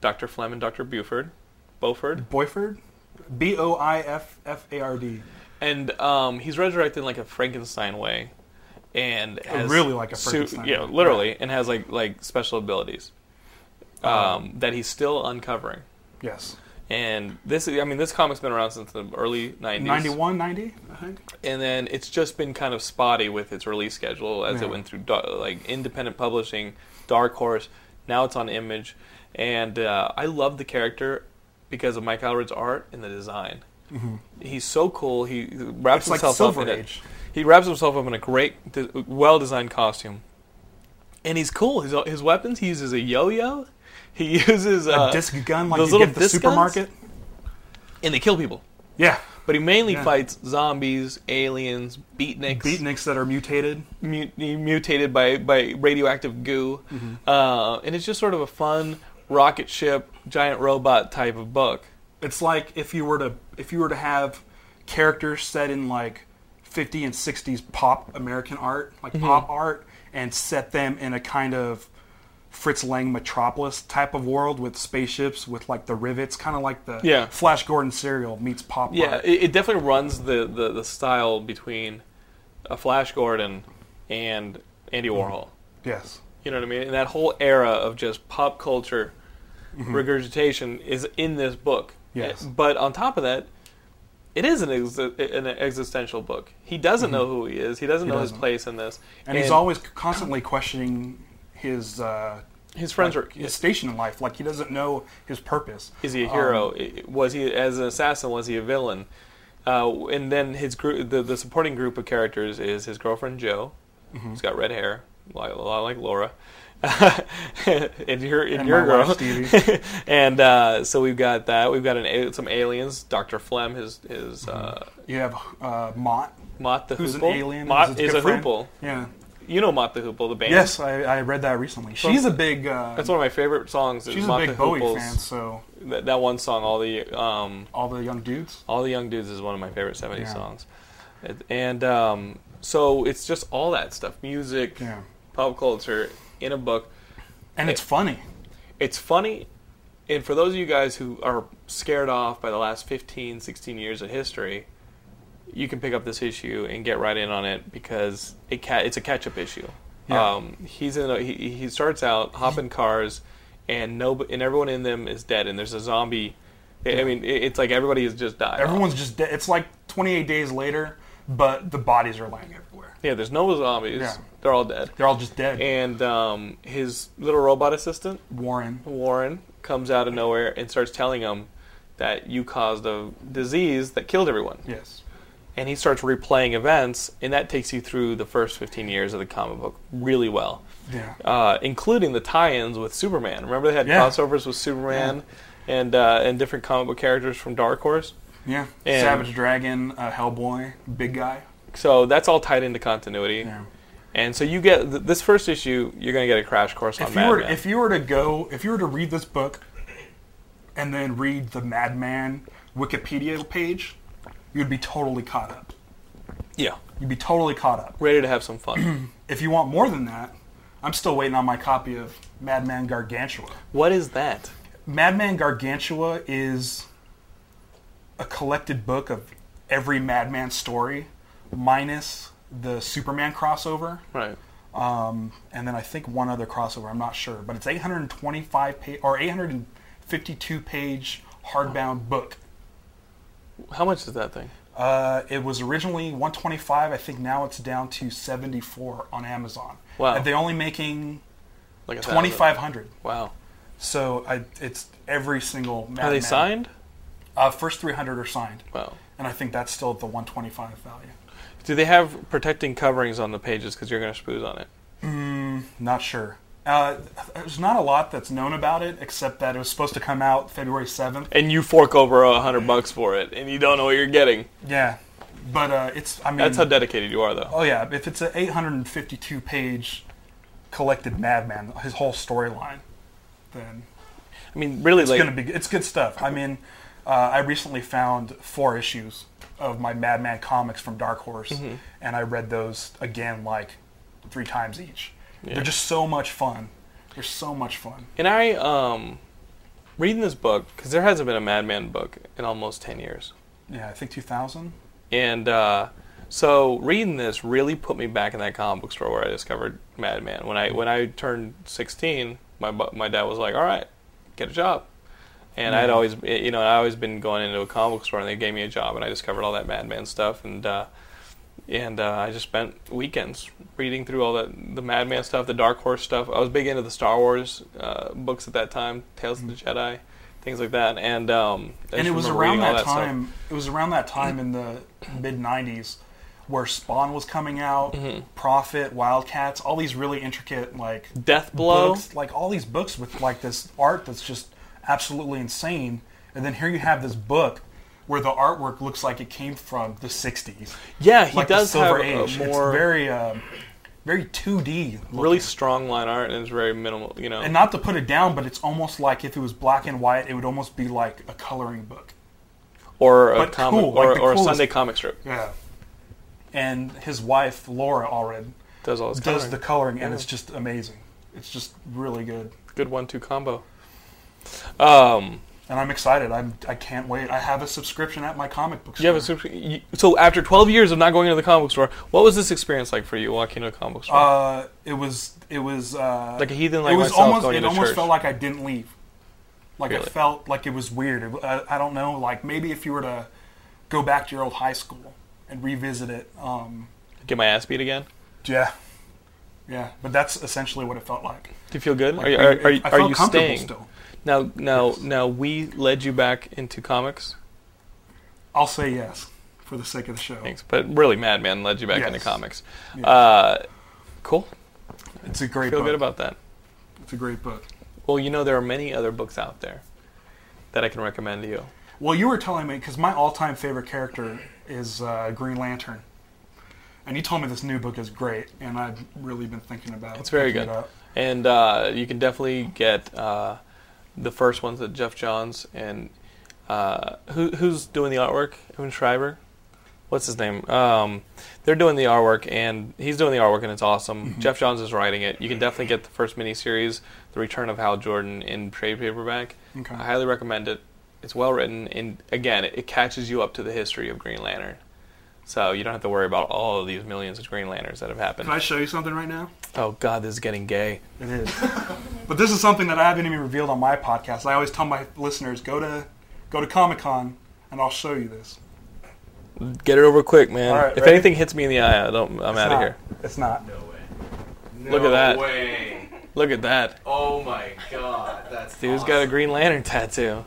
Speaker 2: Dr. Flem and Dr. Buford, Beauford.
Speaker 3: Boyford? B O I F F A R D.
Speaker 2: and um, he's resurrected in like a Frankenstein way, and has
Speaker 3: really like a
Speaker 2: su-
Speaker 3: Frankenstein
Speaker 2: yeah,
Speaker 3: way.
Speaker 2: literally, and has like like special abilities um,
Speaker 3: Uh-huh.
Speaker 2: that he's still uncovering.
Speaker 3: Yes.
Speaker 2: And this, I mean, this comic's been around since the early '90s,
Speaker 3: 91, 90, I think.
Speaker 2: and then it's just been kind of spotty with its release schedule as
Speaker 3: Yeah.
Speaker 2: it went through da- like independent publishing, Dark Horse. Now it's on Image, and uh, I love the character because of Mike Allred's art and the design. He's so cool. He wraps
Speaker 3: Mm-hmm. It's like
Speaker 2: himself
Speaker 3: Silver
Speaker 2: up in
Speaker 3: Age.
Speaker 2: A, he wraps himself up in a great, de- well-designed costume, and he's cool. His his weapons. He uses a yo-yo. He uses uh,
Speaker 3: a disc gun like
Speaker 2: those
Speaker 3: you
Speaker 2: little
Speaker 3: get at the
Speaker 2: disc guns,
Speaker 3: supermarket.
Speaker 2: and they kill people.
Speaker 3: Yeah.
Speaker 2: But he mainly
Speaker 3: Yeah.
Speaker 2: fights zombies, aliens, beatniks,
Speaker 3: Beatniks that are mutated.
Speaker 2: mu- mutated by, by radioactive goo.
Speaker 3: Mm-hmm.
Speaker 2: Uh, and it's just sort of a fun rocket ship, giant robot type of book.
Speaker 3: It's like if you were to if you were to have characters set in like 50 and 60s pop American art, like
Speaker 2: Mm-hmm.
Speaker 3: pop art, and set them in a kind of Fritz Lang metropolis type of world with spaceships with like the rivets, kind of like the
Speaker 2: Yeah.
Speaker 3: Flash Gordon serial meets pop
Speaker 2: Yeah,
Speaker 3: art.
Speaker 2: it, it definitely runs the, the, the style between a Flash Gordon and Andy
Speaker 3: Mm-hmm.
Speaker 2: Warhol.
Speaker 3: yes.
Speaker 2: You know what I mean? And that whole era of just pop culture regurgitation is in this book.
Speaker 3: Mm-hmm. Yes.
Speaker 2: Eh, But on top of that, it is an, ex- an existential book. He doesn't know who he is. He doesn't
Speaker 3: Mm-hmm. He
Speaker 2: know
Speaker 3: doesn't.
Speaker 2: his place in this.
Speaker 3: And, he's always constantly questioning his uh,
Speaker 2: his friends
Speaker 3: like,
Speaker 2: are
Speaker 3: his station in life. Like he doesn't know his purpose.
Speaker 2: Is he a
Speaker 3: Um,
Speaker 2: hero? I- was he as an assassin? Was he a villain? Uh, and then his group, the, the supporting group of characters is his girlfriend Jo,
Speaker 3: Mm-hmm.
Speaker 2: who's got red hair, like, a lot like Laura, and your and,
Speaker 3: And
Speaker 2: your
Speaker 3: my wife,
Speaker 2: girl.
Speaker 3: Stevie.
Speaker 2: and uh, so we've got that. We've got an a- some aliens. Doctor Flem, his his uh,
Speaker 3: you have uh, Mott,
Speaker 2: Mott the
Speaker 3: who's
Speaker 2: Hoople.
Speaker 3: an alien.
Speaker 2: Mott
Speaker 3: his
Speaker 2: is
Speaker 3: good
Speaker 2: a
Speaker 3: friend.
Speaker 2: Hoople.
Speaker 3: Yeah.
Speaker 2: You know Mott the Hoople, the band.
Speaker 3: Yes, I, I read that recently. She's a big. Uh,
Speaker 2: that's one of my favorite songs. is
Speaker 3: she's a
Speaker 2: Mott
Speaker 3: big
Speaker 2: the
Speaker 3: Bowie
Speaker 2: Hoople's-
Speaker 3: fan. So
Speaker 2: That, that one song, all the um,
Speaker 3: all the young dudes.
Speaker 2: All the Young Dudes is one of my favorite 70s
Speaker 3: Yeah.
Speaker 2: songs. It- And um, so it's just all that stuff music,
Speaker 3: Yeah.
Speaker 2: pop culture in a book.
Speaker 3: And it's funny.
Speaker 2: It's funny. And for those of you guys who are scared off by the last 15, 16 years of history, you can pick up this issue and get right in on it because it ca- it's a catch up issue.
Speaker 3: Yeah.
Speaker 2: Um, he's in a, he, he starts out hopping cars, and no, and everyone in them is dead, and there's a zombie. I- I mean, it- it's like everybody has just died.
Speaker 3: Everyone's just dead. It's like 28 days later, but the bodies are lying everywhere.
Speaker 2: Yeah, there's no zombies.
Speaker 3: Yeah.
Speaker 2: They're all dead.
Speaker 3: They're all just dead.
Speaker 2: And um, his little robot assistant,
Speaker 3: Warren.
Speaker 2: Warren, comes out of nowhere and starts telling him that you caused a disease that killed everyone.
Speaker 3: Yes.
Speaker 2: And he starts replaying events, and that takes you through the first 15 years of the comic book really well.
Speaker 3: Yeah.
Speaker 2: Uh, including the tie-ins with Superman. Remember they had
Speaker 3: Yeah.
Speaker 2: crossovers with Superman and uh, and different comic book characters from Dark Horse.
Speaker 3: Yeah.
Speaker 2: and-
Speaker 3: Savage Dragon, uh, Hellboy, big guy.
Speaker 2: So that's all tied into continuity.
Speaker 3: Yeah.
Speaker 2: And so you get th- this first issue, you're going to get a crash course on
Speaker 3: if you
Speaker 2: Mad
Speaker 3: were
Speaker 2: Men.
Speaker 3: if you were to go if you were to read this book and then read the madman wikipedia page you'd be totally caught up
Speaker 2: yeah.
Speaker 3: you'd be totally caught up
Speaker 2: ready to have some fun.
Speaker 3: if you want more than that i'm still waiting on my copy of madman gargantua
Speaker 2: what is that?
Speaker 3: madman gargantua is a collected book of every madman story minus the superman crossover
Speaker 2: Right.
Speaker 3: um, and then I think one other crossover. I'm not sure, but it's 825 page or 852 page hardbound book.
Speaker 2: How much is that thing?
Speaker 3: Uh, it was originally 125. I think now it's down to 74 on Amazon.
Speaker 2: Wow.
Speaker 3: And they're only making
Speaker 2: Like a thousand?
Speaker 3: 2,500.
Speaker 2: Wow.
Speaker 3: So I, it's every single. Mad
Speaker 2: Are they
Speaker 3: Men.
Speaker 2: signed?
Speaker 3: Uh, first 300 are signed,
Speaker 2: Wow.
Speaker 3: and I think that's still at the 125 value.
Speaker 2: Do they have protecting coverings on the pages because you're going to spooze on it?
Speaker 3: Not sure. Uh, there's not a lot that's known about it, except that it was supposed to come out February 7th.
Speaker 2: And you fork over a hundred bucks for it, and you don't know what you're getting.
Speaker 3: Yeah, but uh, it's. I mean,
Speaker 2: That's how dedicated you are, though.
Speaker 3: oh yeah, if it's an 852 page collected Madman, his whole storyline, then
Speaker 2: I I mean, really,
Speaker 3: It's
Speaker 2: like
Speaker 3: gonna be. It's good stuff. I mean, uh, I recently found four issues of my Madman comics from Dark Horse,
Speaker 2: Mm-hmm.
Speaker 3: and I read those again like three times each.
Speaker 2: Yeah.
Speaker 3: They're just so much fun. They're so much fun.
Speaker 2: And I um reading this book because there hasn't been a Madman book in almost ten years,
Speaker 3: Yeah, I think 2000.
Speaker 2: and uh, so reading this really put me back in that comic book store where I discovered Madman. When I when I turned sixteen, my bu- my dad was like, "All right, get a job." And
Speaker 3: Mm.
Speaker 2: I'd always, eh, you know, I always been going into a comic book store, and they gave me a job, and I discovered all that Madman stuff, and uh, and uh, I just spent weekends reading through all that the Madman stuff, the Dark Horse stuff. I was big into the Star Wars uh, books at that time, Tales of the Jedi, things like that, and um, I
Speaker 3: Mm. and
Speaker 2: just
Speaker 3: it was
Speaker 2: remember
Speaker 3: around
Speaker 2: reading all
Speaker 3: that
Speaker 2: stuff.
Speaker 3: time. It was around that time in the mid '90s where Spawn was coming out,
Speaker 2: Mm-hmm.
Speaker 3: Prophet, Wildcats, all these really intricate like
Speaker 2: Death Blow.
Speaker 3: books, like all these books with like this art that's just absolutely insane. And then here you have this book where the artwork looks like it came from the '60s,
Speaker 2: Yeah, he
Speaker 3: like
Speaker 2: does
Speaker 3: the Silver
Speaker 2: have a
Speaker 3: Age.
Speaker 2: more
Speaker 3: it's very, um, very 2D. looking.
Speaker 2: really strong line art, and it's very minimal. You know,
Speaker 3: and not to put it down, but it's almost like if it was black and white, it would almost be like a coloring book.
Speaker 2: or a
Speaker 3: but
Speaker 2: comic,
Speaker 3: cool,
Speaker 2: or,
Speaker 3: like the
Speaker 2: or a
Speaker 3: coolest-
Speaker 2: Sunday comic strip
Speaker 3: Yeah. And his wife Laura Allred
Speaker 2: does all this.
Speaker 3: does the coloring, and
Speaker 2: Oh, Yeah.
Speaker 3: it's just amazing. It's just really good,
Speaker 2: good one-two combo. Um,
Speaker 3: and I'm excited. I'm I can't wait. I have a subscription at my comic book store.
Speaker 2: you have a super, you, so after 12 years of not going into the comic book store, what was this experience like for you walking into a comic book store?
Speaker 3: Uh, it was it was uh,
Speaker 2: Like a heathen like
Speaker 3: it was
Speaker 2: myself
Speaker 3: almost
Speaker 2: going
Speaker 3: it
Speaker 2: to
Speaker 3: almost
Speaker 2: church.
Speaker 3: felt like I didn't leave. Like
Speaker 2: Really?
Speaker 3: I felt like it was weird. It, I, I don't know. Like maybe if you were to go back to your old high school and revisit it. Um,
Speaker 2: Get my ass beat again?
Speaker 3: yeah, yeah. But that's essentially what it felt like.
Speaker 2: Do you feel good?
Speaker 3: Like,
Speaker 2: are you, are, are, you-
Speaker 3: I
Speaker 2: are
Speaker 3: felt
Speaker 2: you
Speaker 3: comfortable
Speaker 2: staying?
Speaker 3: still.
Speaker 2: Now, now,
Speaker 3: Yes.
Speaker 2: now, we led you back into comics.
Speaker 3: I'll say yes for the sake of the show.
Speaker 2: Thanks, but really, Madman led you back into
Speaker 3: Yes.
Speaker 2: comics.
Speaker 3: Yeah.
Speaker 2: Uh, cool.
Speaker 3: It's a great
Speaker 2: Feel
Speaker 3: book.
Speaker 2: good about that.
Speaker 3: it's a great book.
Speaker 2: Well, you know there are many other books out there that I can recommend to you.
Speaker 3: Well, you were telling me because my all-time favorite character is uh, Green Lantern, and you told me this new book is great, and I've really been thinking about
Speaker 2: It's very
Speaker 3: picking
Speaker 2: good,
Speaker 3: it up.
Speaker 2: and uh, you can definitely get uh, the first ones that Jeff Johns and uh, who, who's doing the artwork? Evan Schreiber. What's his name? Um, they're doing the artwork, and he's doing the artwork, and it's awesome. Jeff Johns is writing it. You can definitely get the first miniseries, The Return of Hal Jordan, in trade paperback.
Speaker 3: Okay.
Speaker 2: I highly recommend it. It's well written, and again, it, it catches you up to the history of Green Lantern. So you don't have to worry about all of these millions of Green Lanterns that have happened.
Speaker 3: Can I show you something right now?
Speaker 2: Oh God, this is getting gay.
Speaker 3: It is. but this is something that I haven't even revealed on my podcast. I always tell my listeners go to go to Comic Con, and I'll show you this.
Speaker 2: Get it over quick, man.
Speaker 3: All right,
Speaker 2: if
Speaker 3: ready?
Speaker 2: anything hits me in the eye, I don't, I'm out of here.
Speaker 3: It's not.
Speaker 6: No way. No
Speaker 2: Look at that.
Speaker 6: way.
Speaker 2: Look at that.
Speaker 6: Oh my god. That's
Speaker 2: Dude's
Speaker 6: awesome.
Speaker 2: got a Green Lantern tattoo.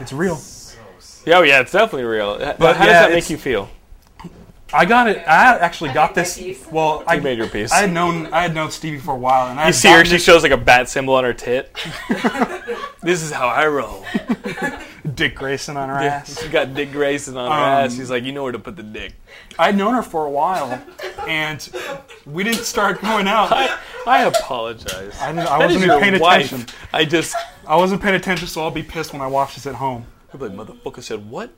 Speaker 3: It's real.
Speaker 6: So sick.
Speaker 2: Yeah, oh, yeah, it's definitely real. But how
Speaker 3: But yeah,
Speaker 2: does that
Speaker 3: it's-
Speaker 2: make you feel?
Speaker 3: I got it. I actually
Speaker 5: I
Speaker 3: got
Speaker 5: made my
Speaker 3: this.
Speaker 5: piece.
Speaker 3: Well, I
Speaker 2: You made your piece.
Speaker 3: I had known I had known Stevie for a while, and I
Speaker 2: you
Speaker 3: had
Speaker 2: see her,
Speaker 3: gotten
Speaker 2: she shows like a bat symbol on her tit. this is how I roll.
Speaker 3: Dick Grayson on her ass.
Speaker 2: She got Dick Grayson on her
Speaker 3: Um,
Speaker 2: ass. She's like, you know where to put the dick.
Speaker 3: I'd known her for a while, and we didn't start going out.
Speaker 2: I, I apologize.
Speaker 3: I, didn't, I
Speaker 2: That is
Speaker 3: wasn't
Speaker 2: your
Speaker 3: even paying
Speaker 2: wife.
Speaker 3: attention.
Speaker 2: I just,
Speaker 3: I wasn't paying attention, so I'll be pissed when I watch this at home.
Speaker 2: I'm like, motherfucker said what?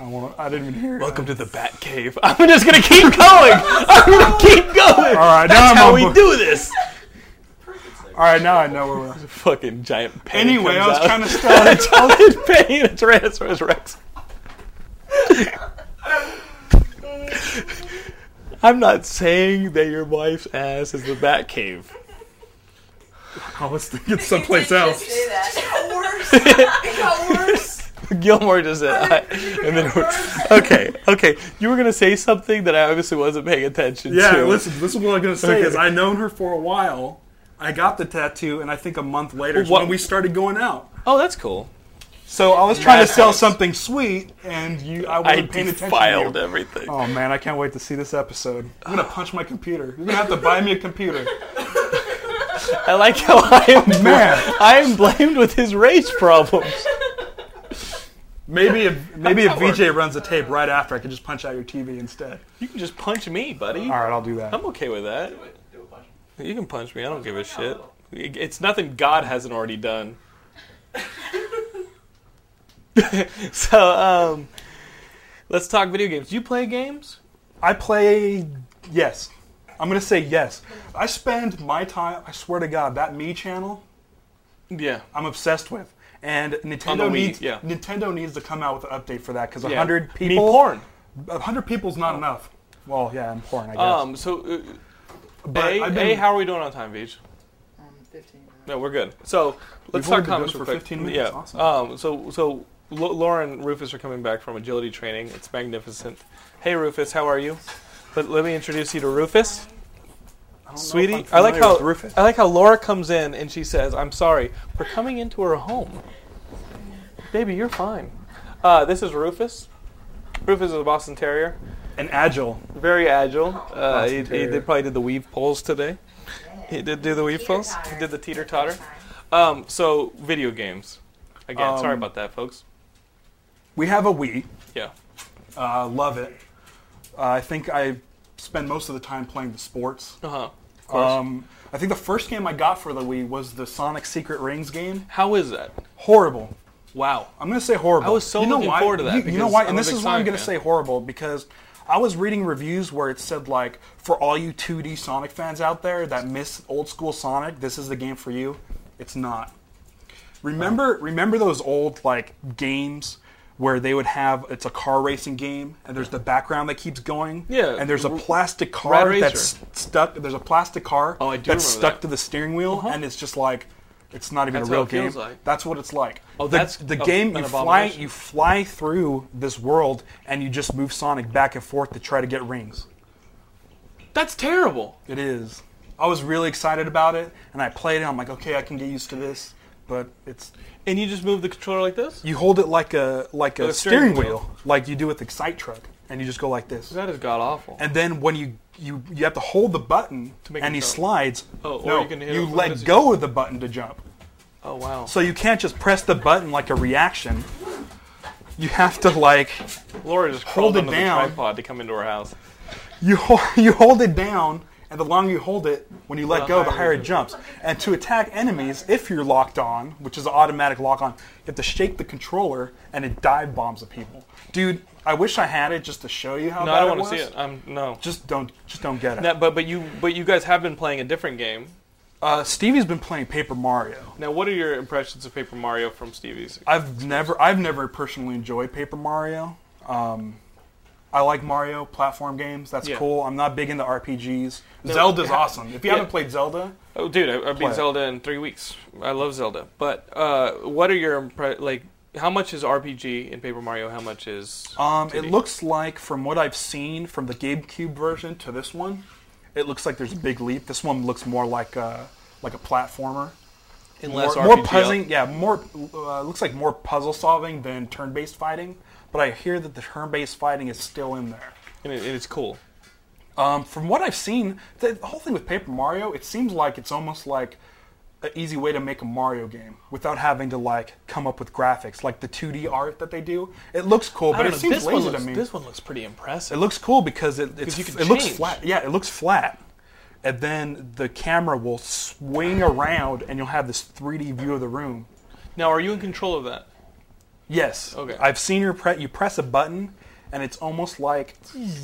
Speaker 3: I, won't, I didn't even hear it.
Speaker 2: Welcome to the Bat Cave. I'm just gonna keep going. I'm gonna keep going.
Speaker 3: All right, now
Speaker 2: That's
Speaker 3: I'm
Speaker 2: how
Speaker 3: on
Speaker 2: we
Speaker 3: board.
Speaker 2: do this.
Speaker 3: All right, now I know where we're. at.
Speaker 2: Fucking giant pain.
Speaker 3: Anyway, I
Speaker 2: comes
Speaker 3: was
Speaker 2: out.
Speaker 3: trying to start.
Speaker 2: Solid pain. It's Tyrannosaurus Rex. I'm not saying that your wife's ass is the bat cave.
Speaker 3: I was thinking
Speaker 5: Someplace else. Just say that.
Speaker 2: Gilmore just said, I, and then we're- okay, okay. You were gonna say something that I obviously wasn't paying attention
Speaker 3: Yeah,
Speaker 2: to.
Speaker 3: listen. This is what I'm gonna say
Speaker 2: Okay.
Speaker 3: is I'd known her for a while. I got the tattoo, and I think a month later is
Speaker 2: What-
Speaker 3: when we started going out.
Speaker 2: Oh, that's cool.
Speaker 3: So I was trying to sell
Speaker 2: Assholes.
Speaker 3: something sweet, and you, I
Speaker 2: I
Speaker 3: wasn't paying attention. to you.
Speaker 2: defiled everything.
Speaker 3: Oh man, I can't wait to see this episode. I'm gonna punch my computer. You're gonna have to buy me a computer.
Speaker 2: I like how I am
Speaker 3: Man,
Speaker 2: I am blamed with his race problems.
Speaker 3: maybe if maybe if
Speaker 2: How does that work?
Speaker 3: VJ runs a tape right after, I can just punch out your TV instead.
Speaker 2: You can just punch me, buddy.
Speaker 3: All right, I'll do that.
Speaker 2: I'm okay with that.
Speaker 6: Do it. Do a bunch.
Speaker 2: You can punch me. I don't give a shit. It- It's nothing God hasn't already done. so, um, let's talk video games. Do you play games?
Speaker 3: I play yes. I'm gonna say yes. I spend my time. I swear to God, that me channel.
Speaker 2: Yeah.
Speaker 3: I'm obsessed with. And
Speaker 2: the
Speaker 3: Nintendo
Speaker 2: Wii,
Speaker 3: needs
Speaker 2: yeah.
Speaker 3: Nintendo needs to come out with an update for that because
Speaker 2: Yeah.
Speaker 3: hundred
Speaker 2: Me
Speaker 3: people
Speaker 2: porn.
Speaker 3: hundred people's not enough. Well, yeah, I'm porn, I guess.
Speaker 2: Um, so, uh,
Speaker 3: but
Speaker 2: a,
Speaker 3: I've
Speaker 2: a,
Speaker 3: been-
Speaker 2: how are we doing on time, Beach?
Speaker 4: Um, 15 minutes.
Speaker 2: No, we're good. So let's
Speaker 3: We've
Speaker 2: start
Speaker 3: only been
Speaker 2: comments
Speaker 3: good
Speaker 2: real
Speaker 3: for
Speaker 2: quick.
Speaker 3: 15 minutes.
Speaker 2: Yeah.
Speaker 3: Awesome.
Speaker 2: Um, so so L- Lauren Rufus are coming back from agility training. It's magnificent. Hey Rufus, how are you? Let, let me introduce you to Rufus.
Speaker 3: I don't know if I'm
Speaker 2: Sweetie, I like
Speaker 3: familiar
Speaker 2: how
Speaker 3: with Rufus.
Speaker 2: I like how Laura comes in and she says, "I'm sorry, we're coming into her home." Baby, you're fine. Uh, this is Rufus. Rufus is a Boston Terrier,
Speaker 3: and agile.
Speaker 2: very agile. Uh,
Speaker 3: Boston
Speaker 2: he, he
Speaker 3: Terrier.
Speaker 2: did probably did the weave poles today. He did do the weave poles. He
Speaker 5: Teeter-totter.
Speaker 2: did the teeter totter. Um, so video games. Again, sorry
Speaker 3: Um,
Speaker 2: about that, folks.
Speaker 3: We have a Wii.
Speaker 2: Yeah.
Speaker 3: Uh, love it. Uh, I think I spend most of the time playing the sports.
Speaker 2: Uh huh.
Speaker 3: Um, I think the first game I got for the Wii was the Sonic Secret Rings game.
Speaker 2: How is that?
Speaker 3: Horrible.
Speaker 2: Wow.
Speaker 3: I'm gonna say horrible.
Speaker 2: I was so
Speaker 3: you know
Speaker 2: looking
Speaker 3: why?
Speaker 2: forward to that
Speaker 3: You, you know
Speaker 2: because
Speaker 3: why?
Speaker 2: I'm
Speaker 3: And
Speaker 2: a
Speaker 3: this
Speaker 2: big
Speaker 3: is why I'm
Speaker 2: Sonic
Speaker 3: gonna
Speaker 2: fan.
Speaker 3: say horrible because I was reading reviews where it said like, for all you 2D Sonic fans out there that miss old school Sonic, this is the game for you. It's not. Remember, remember those old like games where they would have it's a car racing game and there's the background that keeps going.
Speaker 2: Yeah.
Speaker 3: And there's a
Speaker 2: R-
Speaker 3: plastic
Speaker 2: Red
Speaker 3: car
Speaker 2: Racer.
Speaker 3: that's stuck. There's a plastic car
Speaker 2: Oh, I do remember
Speaker 3: that's stuck
Speaker 2: that. Uh-huh.
Speaker 3: to the steering wheel, and it's just like. It's not even
Speaker 2: That's
Speaker 3: a real
Speaker 2: how it feels
Speaker 3: game.
Speaker 2: like.
Speaker 3: That's what it's like.
Speaker 2: Oh,
Speaker 3: the,
Speaker 2: that's
Speaker 3: the
Speaker 2: a-
Speaker 3: game.
Speaker 2: an
Speaker 3: You fly,
Speaker 2: abomination.
Speaker 3: you fly through this world, and you just move Sonic back and forth to try to get rings.
Speaker 2: That's terrible.
Speaker 3: It is. I was really excited about it, and I played it. I'm like, okay, I can get used to this, but it's
Speaker 2: And you just move the controller like this?
Speaker 3: you hold it like a like a
Speaker 2: With a steering
Speaker 3: steering, wheel,
Speaker 2: wheel.
Speaker 3: like you do with the Excite truck, and you just go like this.
Speaker 2: That is god awful.
Speaker 3: And then when you you you have to hold the button
Speaker 2: To make
Speaker 3: and
Speaker 2: it
Speaker 3: he
Speaker 2: jump.
Speaker 3: slides.
Speaker 2: Oh, or
Speaker 3: no,
Speaker 2: you can hit
Speaker 3: you
Speaker 2: it with- what is
Speaker 3: let
Speaker 2: it?
Speaker 3: go of the button to jump.
Speaker 2: oh wow.
Speaker 3: So you can't just press the button like a reaction. You have to like
Speaker 2: Laura just
Speaker 3: Hold
Speaker 2: crawled
Speaker 3: it
Speaker 2: under
Speaker 3: down.
Speaker 2: the tripod to come into her house.
Speaker 3: you hold, you hold it down, and the longer you hold it, when you let
Speaker 2: The
Speaker 3: go, the
Speaker 2: higher
Speaker 3: higher
Speaker 2: it
Speaker 3: it jumps. And to attack enemies, if you're locked on, which is an automatic lock on, you have to shake the controller, and it dive bombs the people. Dude, I wish I had it just to show you how
Speaker 2: No,
Speaker 3: bad
Speaker 2: I don't want
Speaker 3: it was.
Speaker 2: to see it. Um, no.
Speaker 3: Just don't, just don't get it.
Speaker 2: Now, but but you but you guys have been playing a different game.
Speaker 3: Uh, Stevie's been playing Paper Mario.
Speaker 2: Now, what are your impressions of Paper Mario from Stevie's?
Speaker 3: I've never, I've never personally enjoyed Paper Mario. Um, I like Mario platform games. That's
Speaker 2: Yeah.
Speaker 3: cool. I'm not big into RPGs.
Speaker 2: No,
Speaker 3: Zelda's
Speaker 2: ha-
Speaker 3: awesome. If you
Speaker 2: yeah.
Speaker 3: haven't played Zelda,
Speaker 2: Oh, dude, I, I beat
Speaker 3: Play it.
Speaker 2: Zelda in three weeks. I love Zelda. But uh, what are your impre- like? How much is RPG in Paper Mario? How much is?
Speaker 3: Um, it
Speaker 2: 2D?
Speaker 3: looks like, from what I've seen from the GameCube version to this one, it looks like there's a big leap. This one looks more like a like a platformer,
Speaker 2: in
Speaker 3: more,
Speaker 2: less
Speaker 3: more
Speaker 2: RPG.
Speaker 3: puzzling. Yeah, more uh, looks like more puzzle solving than turn-based fighting. But I hear that the turn-based fighting is still in there.
Speaker 2: and it, and it's cool.
Speaker 3: Um, from what I've seen, the the whole thing with Paper Mario, it seems like it's almost like an easy way to make a Mario game without having to like come up with graphics, like the 2D art that they do. It looks cool,
Speaker 2: I
Speaker 3: but
Speaker 2: don't
Speaker 3: it
Speaker 2: know,
Speaker 3: seems
Speaker 2: this
Speaker 3: lazy
Speaker 2: one looks,
Speaker 3: to me.
Speaker 2: This one looks pretty impressive.
Speaker 3: It looks cool because it it's,
Speaker 2: you can
Speaker 3: it looks
Speaker 2: change.
Speaker 3: flat. Yeah, it looks flat. And then the camera will swing around and you'll have this 3D view of the room.
Speaker 2: now, are you in control of that?
Speaker 3: Yes.
Speaker 2: Okay.
Speaker 3: I've seen your pre- you press a button and it's almost like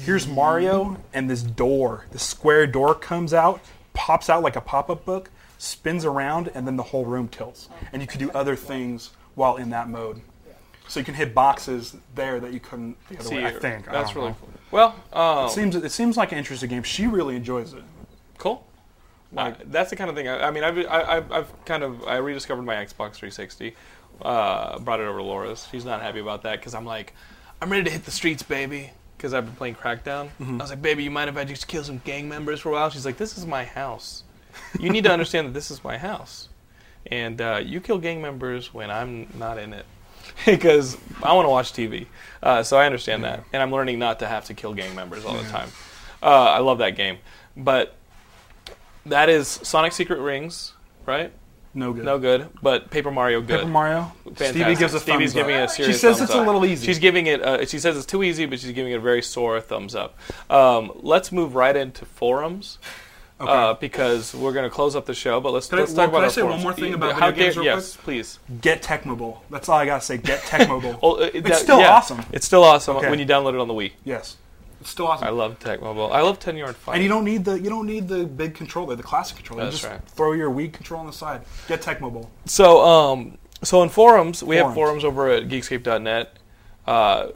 Speaker 3: here's Mario and this door, this square door comes out, pops out like a pop-up book, spins around and then the whole room tilts. And you can do other things while in that mode. So you can hit boxes there that you couldn't the other way, I
Speaker 2: or-
Speaker 3: think. I
Speaker 2: that's
Speaker 3: don't
Speaker 2: really
Speaker 3: know.
Speaker 2: cool. Well, um,
Speaker 3: It seems it seems like an interesting game. She really enjoys it.
Speaker 2: cool. Uh, that's the kind of thing. I, I mean, I've, I, I've, I've kind of I rediscovered my Xbox 360. Uh, brought it over to Laura's. She's not happy about that because I'm like, I'm ready to hit the streets, baby. Because I've been playing Crackdown. I was like, baby, you mind if I just kill some gang members for a while? She's like, this is my house. You need to understand that this is my house, and uh, you kill gang members when I'm not in it. because I want to watch TV. Uh, so I understand that, and I'm learning not to have to kill gang members all the time. Uh, I love that game, but that is Sonic Secret Rings, right?
Speaker 3: No good.
Speaker 2: No good, but Paper Mario good.
Speaker 3: Paper Mario.
Speaker 2: Fantastic.
Speaker 3: Stevie gives a
Speaker 2: Stevie's
Speaker 3: thumbs
Speaker 2: giving
Speaker 3: up.
Speaker 2: it a serious
Speaker 3: She says
Speaker 2: thumbs
Speaker 3: it's a
Speaker 2: up.
Speaker 3: little easy.
Speaker 2: She's giving it. Uh, she says it's too easy, but she's giving it a very sore thumbs up. Um, let's move right into forums.
Speaker 3: Okay.
Speaker 2: uh, because we're going to close up the show. But let's,
Speaker 3: Can I-
Speaker 2: let's talk about
Speaker 3: well, can I
Speaker 2: our
Speaker 3: say one
Speaker 2: forums.
Speaker 3: more thing
Speaker 2: Yeah,
Speaker 3: about
Speaker 2: how
Speaker 3: video games
Speaker 2: dare-
Speaker 3: real
Speaker 2: Yes, please.
Speaker 3: Get Tech Mobile. That's all I gotta say. Get Tech Mobile.
Speaker 2: Oh, uh,
Speaker 3: it's
Speaker 2: that-
Speaker 3: still
Speaker 2: yeah,
Speaker 3: awesome.
Speaker 2: It's still awesome
Speaker 3: Okay.
Speaker 2: when you download it on the Wii.
Speaker 3: Yes, it's still awesome.
Speaker 2: I love Tech Mobile. I love 10 Yard Fight.
Speaker 3: and you don't need the you don't need the big controller, the classic controller. You
Speaker 2: That's
Speaker 3: just
Speaker 2: right.
Speaker 3: throw your Wii control on the side. Get Tech Mobile.
Speaker 2: So, um, so in forums, we have
Speaker 3: Forums.
Speaker 2: forums over at Geekscape.net. Uh,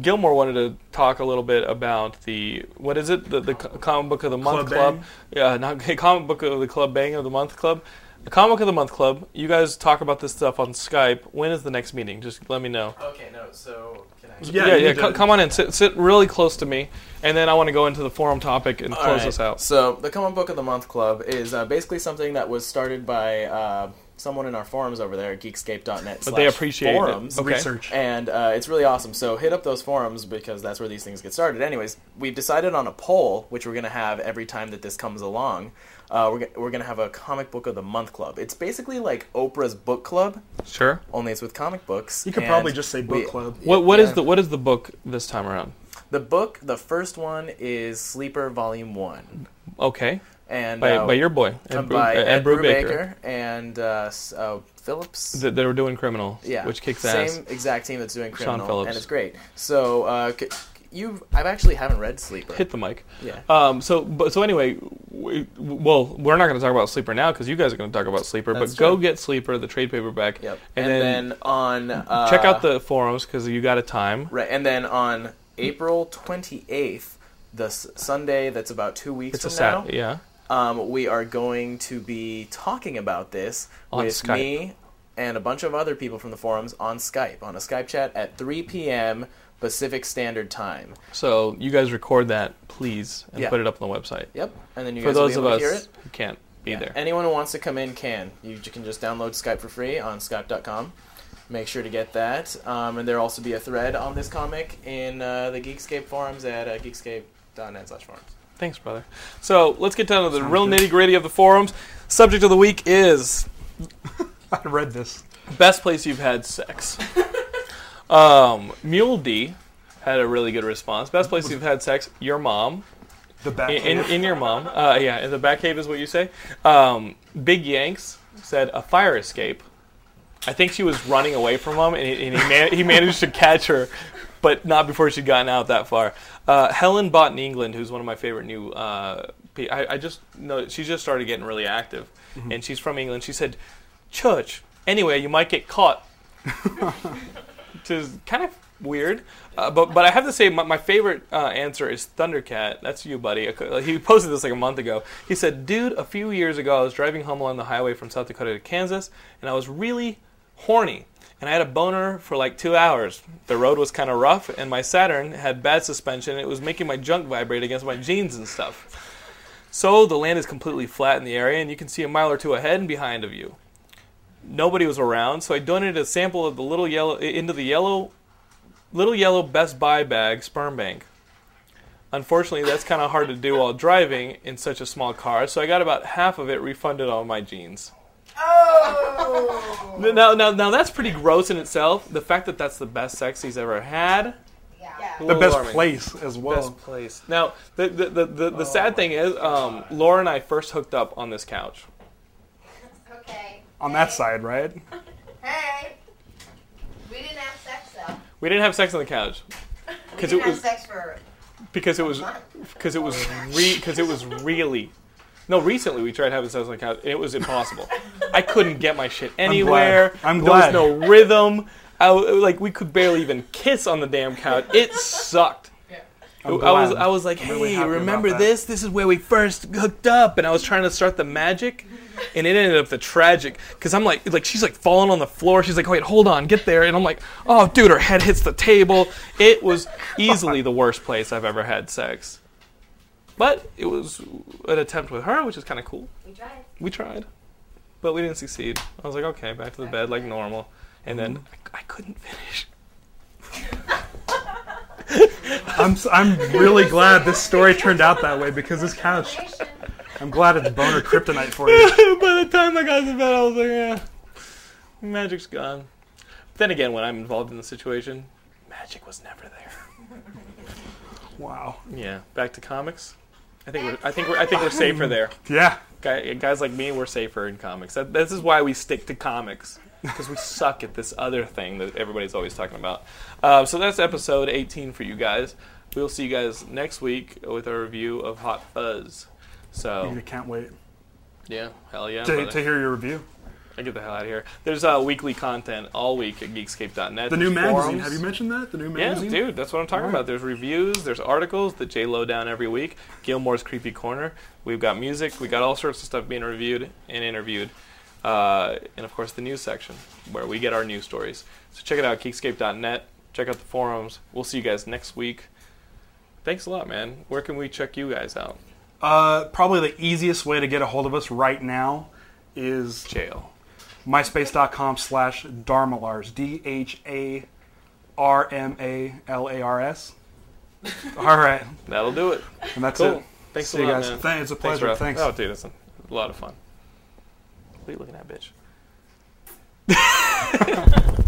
Speaker 2: Gilmore wanted to talk a little bit about the what is it the, the co- comic book of the month
Speaker 3: Club
Speaker 2: club? Yeah, not comic book of the club bang of the month club. The comic book of the month club. You guys talk about this stuff on Skype. When is the next meeting? Just let me know.
Speaker 6: Okay, no. So can I?
Speaker 3: Yeah,
Speaker 2: yeah.
Speaker 3: you need
Speaker 2: co-
Speaker 3: to-
Speaker 2: come on in. Sit, sit really close to me, and then I want to go into the forum topic and
Speaker 6: All
Speaker 2: close
Speaker 6: right,
Speaker 2: this out.
Speaker 6: So the Common Book of the Month Club is uh, basically something that was started by uh, someone in our forums over there, at geekscape.net.
Speaker 2: But they
Speaker 6: slash
Speaker 2: appreciate it.
Speaker 6: forums.
Speaker 2: Okay.
Speaker 3: Research.
Speaker 6: And uh, it's really awesome. So hit up those forums because that's where these things get started. Anyways, we've decided on a poll, which we're going to have every time that this comes along. Uh, we're go- we're going to have a comic book of the month club. It's basically like Oprah's book club,
Speaker 2: Sure.
Speaker 6: only it's with comic books.
Speaker 3: You could
Speaker 6: and
Speaker 3: probably just say book
Speaker 6: we-
Speaker 3: club.
Speaker 2: What what is
Speaker 6: Yeah.
Speaker 2: the what is the book this time around?
Speaker 6: The book, the first one is Sleeper Volume 1.
Speaker 2: Okay,
Speaker 6: And
Speaker 2: by,
Speaker 6: uh,
Speaker 2: by your boy Ed,
Speaker 6: and
Speaker 2: Bru-
Speaker 6: by
Speaker 2: uh,
Speaker 6: Ed,
Speaker 2: Ed
Speaker 6: Brubaker,
Speaker 2: Brubaker.
Speaker 6: and uh, s- uh, Phillips.
Speaker 2: that they were doing criminal.
Speaker 6: yeah,
Speaker 2: Which kicks
Speaker 6: same
Speaker 2: ass.
Speaker 6: exact team that's doing criminal,
Speaker 2: Phillips.
Speaker 6: and it's great. So uh, c- you, I've actually haven't read Sleeper.
Speaker 2: Hit the mic.
Speaker 6: yeah,
Speaker 2: Um, so, but so anyway, we, well, we're not going to talk about Sleeper now because you guys are going to talk about Sleeper.
Speaker 6: That's
Speaker 2: but go
Speaker 6: true.
Speaker 2: get Sleeper, the trade paperback.
Speaker 6: yep.
Speaker 2: And, then,
Speaker 6: on uh,
Speaker 2: check out the forums because you got a time.
Speaker 6: right, and then on April twenty eighth, the s- Sunday that's about two weeks
Speaker 2: It's
Speaker 6: from
Speaker 2: a
Speaker 6: now.
Speaker 2: sat. Yeah.
Speaker 6: um, we are going to be talking about this
Speaker 2: On
Speaker 6: with
Speaker 2: Skype.
Speaker 6: me and a bunch of other people from the forums on Skype on a Skype chat at 3 p.m. Pacific Standard Time.
Speaker 2: So you guys record that, please, and
Speaker 6: Yeah.
Speaker 2: put it up on the website.
Speaker 6: Yep, and then you
Speaker 2: For
Speaker 6: guys will
Speaker 2: those
Speaker 6: be
Speaker 2: of
Speaker 6: able to hear
Speaker 2: us
Speaker 6: it.
Speaker 2: who can't be
Speaker 6: Yeah.
Speaker 2: there.
Speaker 6: Anyone who wants to come in can. You j- can just download Skype for free on Skype.com. Make sure to get that. Um, and there'll also be a thread on this comic in uh, the Geekscape forums at uh, geekscape.net slash forums.
Speaker 2: Thanks, brother. So let's get down to the
Speaker 3: Sounds
Speaker 2: real
Speaker 3: good.
Speaker 2: nitty gritty of the forums. Subject of the week is
Speaker 3: I read this.
Speaker 2: Best place you've had sex. um, Mule D had a really good response. Best place you've had sex, your mom.
Speaker 3: The back.
Speaker 2: In, in, in your mom. Uh, yeah, in the back cave is what you say. Um, Big Yanks said a fire escape. I think she was running away from him, and he, and he, man- he managed to catch her, but not before she'd gotten out that far. Uh, Helen Boughton England, who's one of my favorite new. Uh, pe- I, I just know she just started getting really active, and she's from England. She said, "Church, anyway, you might get caught." Which is kind of weird, uh, but but I have to say my, my favorite uh, answer is Thundercat. That's you, buddy. He posted this like a month ago. He said, "Dude, a few years ago, I was driving home along the highway from South Dakota to Kansas, and I was really horny." And I had a boner for like two hours. The road was kind of rough, and my Saturn had bad suspension. It was making my junk vibrate against my jeans and stuff. So the land is completely flat in the area, and you can see a mile or two ahead and behind of you. Nobody was around, so I donated a sample of the little yellow into the yellow, little yellow Best Buy bag sperm bank. Unfortunately, that's kind of hard to do while driving in such a small car, so I got about half of it refunded on my jeans.
Speaker 5: Oh!
Speaker 2: Now, now, now that's pretty gross in itself. The fact that that's the best sex he's ever had.
Speaker 5: yeah.
Speaker 3: the
Speaker 2: Little
Speaker 3: best
Speaker 2: alarming.
Speaker 3: place as well.
Speaker 2: Best place. Now, the the the, the,
Speaker 3: Oh
Speaker 2: the sad thing is, um, Laura and I first hooked up on this couch.
Speaker 7: Okay.
Speaker 3: On that side, right?
Speaker 7: Hey. We didn't have sex though.
Speaker 2: We didn't have sex on the couch
Speaker 7: We
Speaker 2: because
Speaker 7: didn't
Speaker 2: it
Speaker 7: have
Speaker 2: was
Speaker 7: sex for
Speaker 2: because it
Speaker 7: a
Speaker 2: was
Speaker 7: month.
Speaker 2: because it was re because it was really. No, recently we tried having sex on the couch, and it was impossible. I couldn't get my shit anywhere.
Speaker 3: I'm glad.
Speaker 2: There was no rhythm. I, w- like we could barely even kiss on the damn couch. It sucked. I
Speaker 3: I'm
Speaker 2: was
Speaker 3: glad.
Speaker 2: I was like,
Speaker 3: I'm
Speaker 2: hey,
Speaker 3: really happy about
Speaker 2: remember
Speaker 3: that."
Speaker 2: this? This is where we first hooked up, and I was trying to start the magic, and it ended up the tragic because I'm like, like she's like falling on the floor. She's like, wait, hold on, get there, and I'm like, oh, dude, her head hits the table. It was easily the worst place I've ever had sex, but it was an attempt with her, which is kind of cool.
Speaker 5: We tried.
Speaker 2: We tried, but we didn't succeed. I was like, okay, back to the bed like normal, and then
Speaker 3: Mm-hmm.
Speaker 2: I, I couldn't finish.
Speaker 3: I'm s- I'm really glad this story turned out that way because this couch. I'm glad it's boner kryptonite for you.
Speaker 2: By the time I got to bed, I was like, yeah, magic's gone. Then again, when I'm involved in the situation, magic was never there.
Speaker 3: Wow.
Speaker 2: Yeah, back to comics. I think we're, I think we're, I think we're safer there.
Speaker 3: Yeah.
Speaker 2: Guy, guys like me, we're safer in comics. That, this is why we stick to comics because we suck at this other thing that everybody's always talking about. Uh, so that's episode 18 for you guys. We'll see you guys next week with a review of Hot Fuzz.
Speaker 3: I
Speaker 2: So
Speaker 3: can't wait
Speaker 2: yeah, hell Oh. yeah.
Speaker 3: to,
Speaker 2: brother.
Speaker 3: to hear your review.
Speaker 2: I get the hell out of here. There's uh, weekly content all week at Geekscape.net.
Speaker 3: The new
Speaker 2: There's
Speaker 3: magazine.
Speaker 2: forums.
Speaker 3: Have you mentioned that? The new
Speaker 2: Yeah,
Speaker 3: magazine.
Speaker 2: dude, that's what I'm talking
Speaker 3: Alright.
Speaker 2: about. There's reviews, there's articles that Jay Lowdown every week, Gilmore's Creepy Corner. We've got music, we got all sorts of stuff being reviewed and interviewed. Uh, and of course, the news section where we get our news stories. So check it out, geekscape.net. Check out the forums. We'll see you guys next week. Thanks a lot, man. Where can we check you guys out?
Speaker 3: Uh, probably the easiest way to get a hold of us right now is
Speaker 2: Jail.
Speaker 3: myspace.com slash dharmalars d-h-a-r-m-a-l-a-r-s all right
Speaker 2: That'll do it.
Speaker 3: and that's
Speaker 2: Cool.
Speaker 3: it
Speaker 2: Thanks
Speaker 3: see
Speaker 2: a
Speaker 3: you
Speaker 2: lot,
Speaker 3: guys
Speaker 2: man.
Speaker 3: Thank- it's a
Speaker 2: Thanks,
Speaker 3: pleasure
Speaker 2: Ralph.
Speaker 3: thanks,
Speaker 2: Oh, dude, that's a lot of fun. What are you looking at, bitch?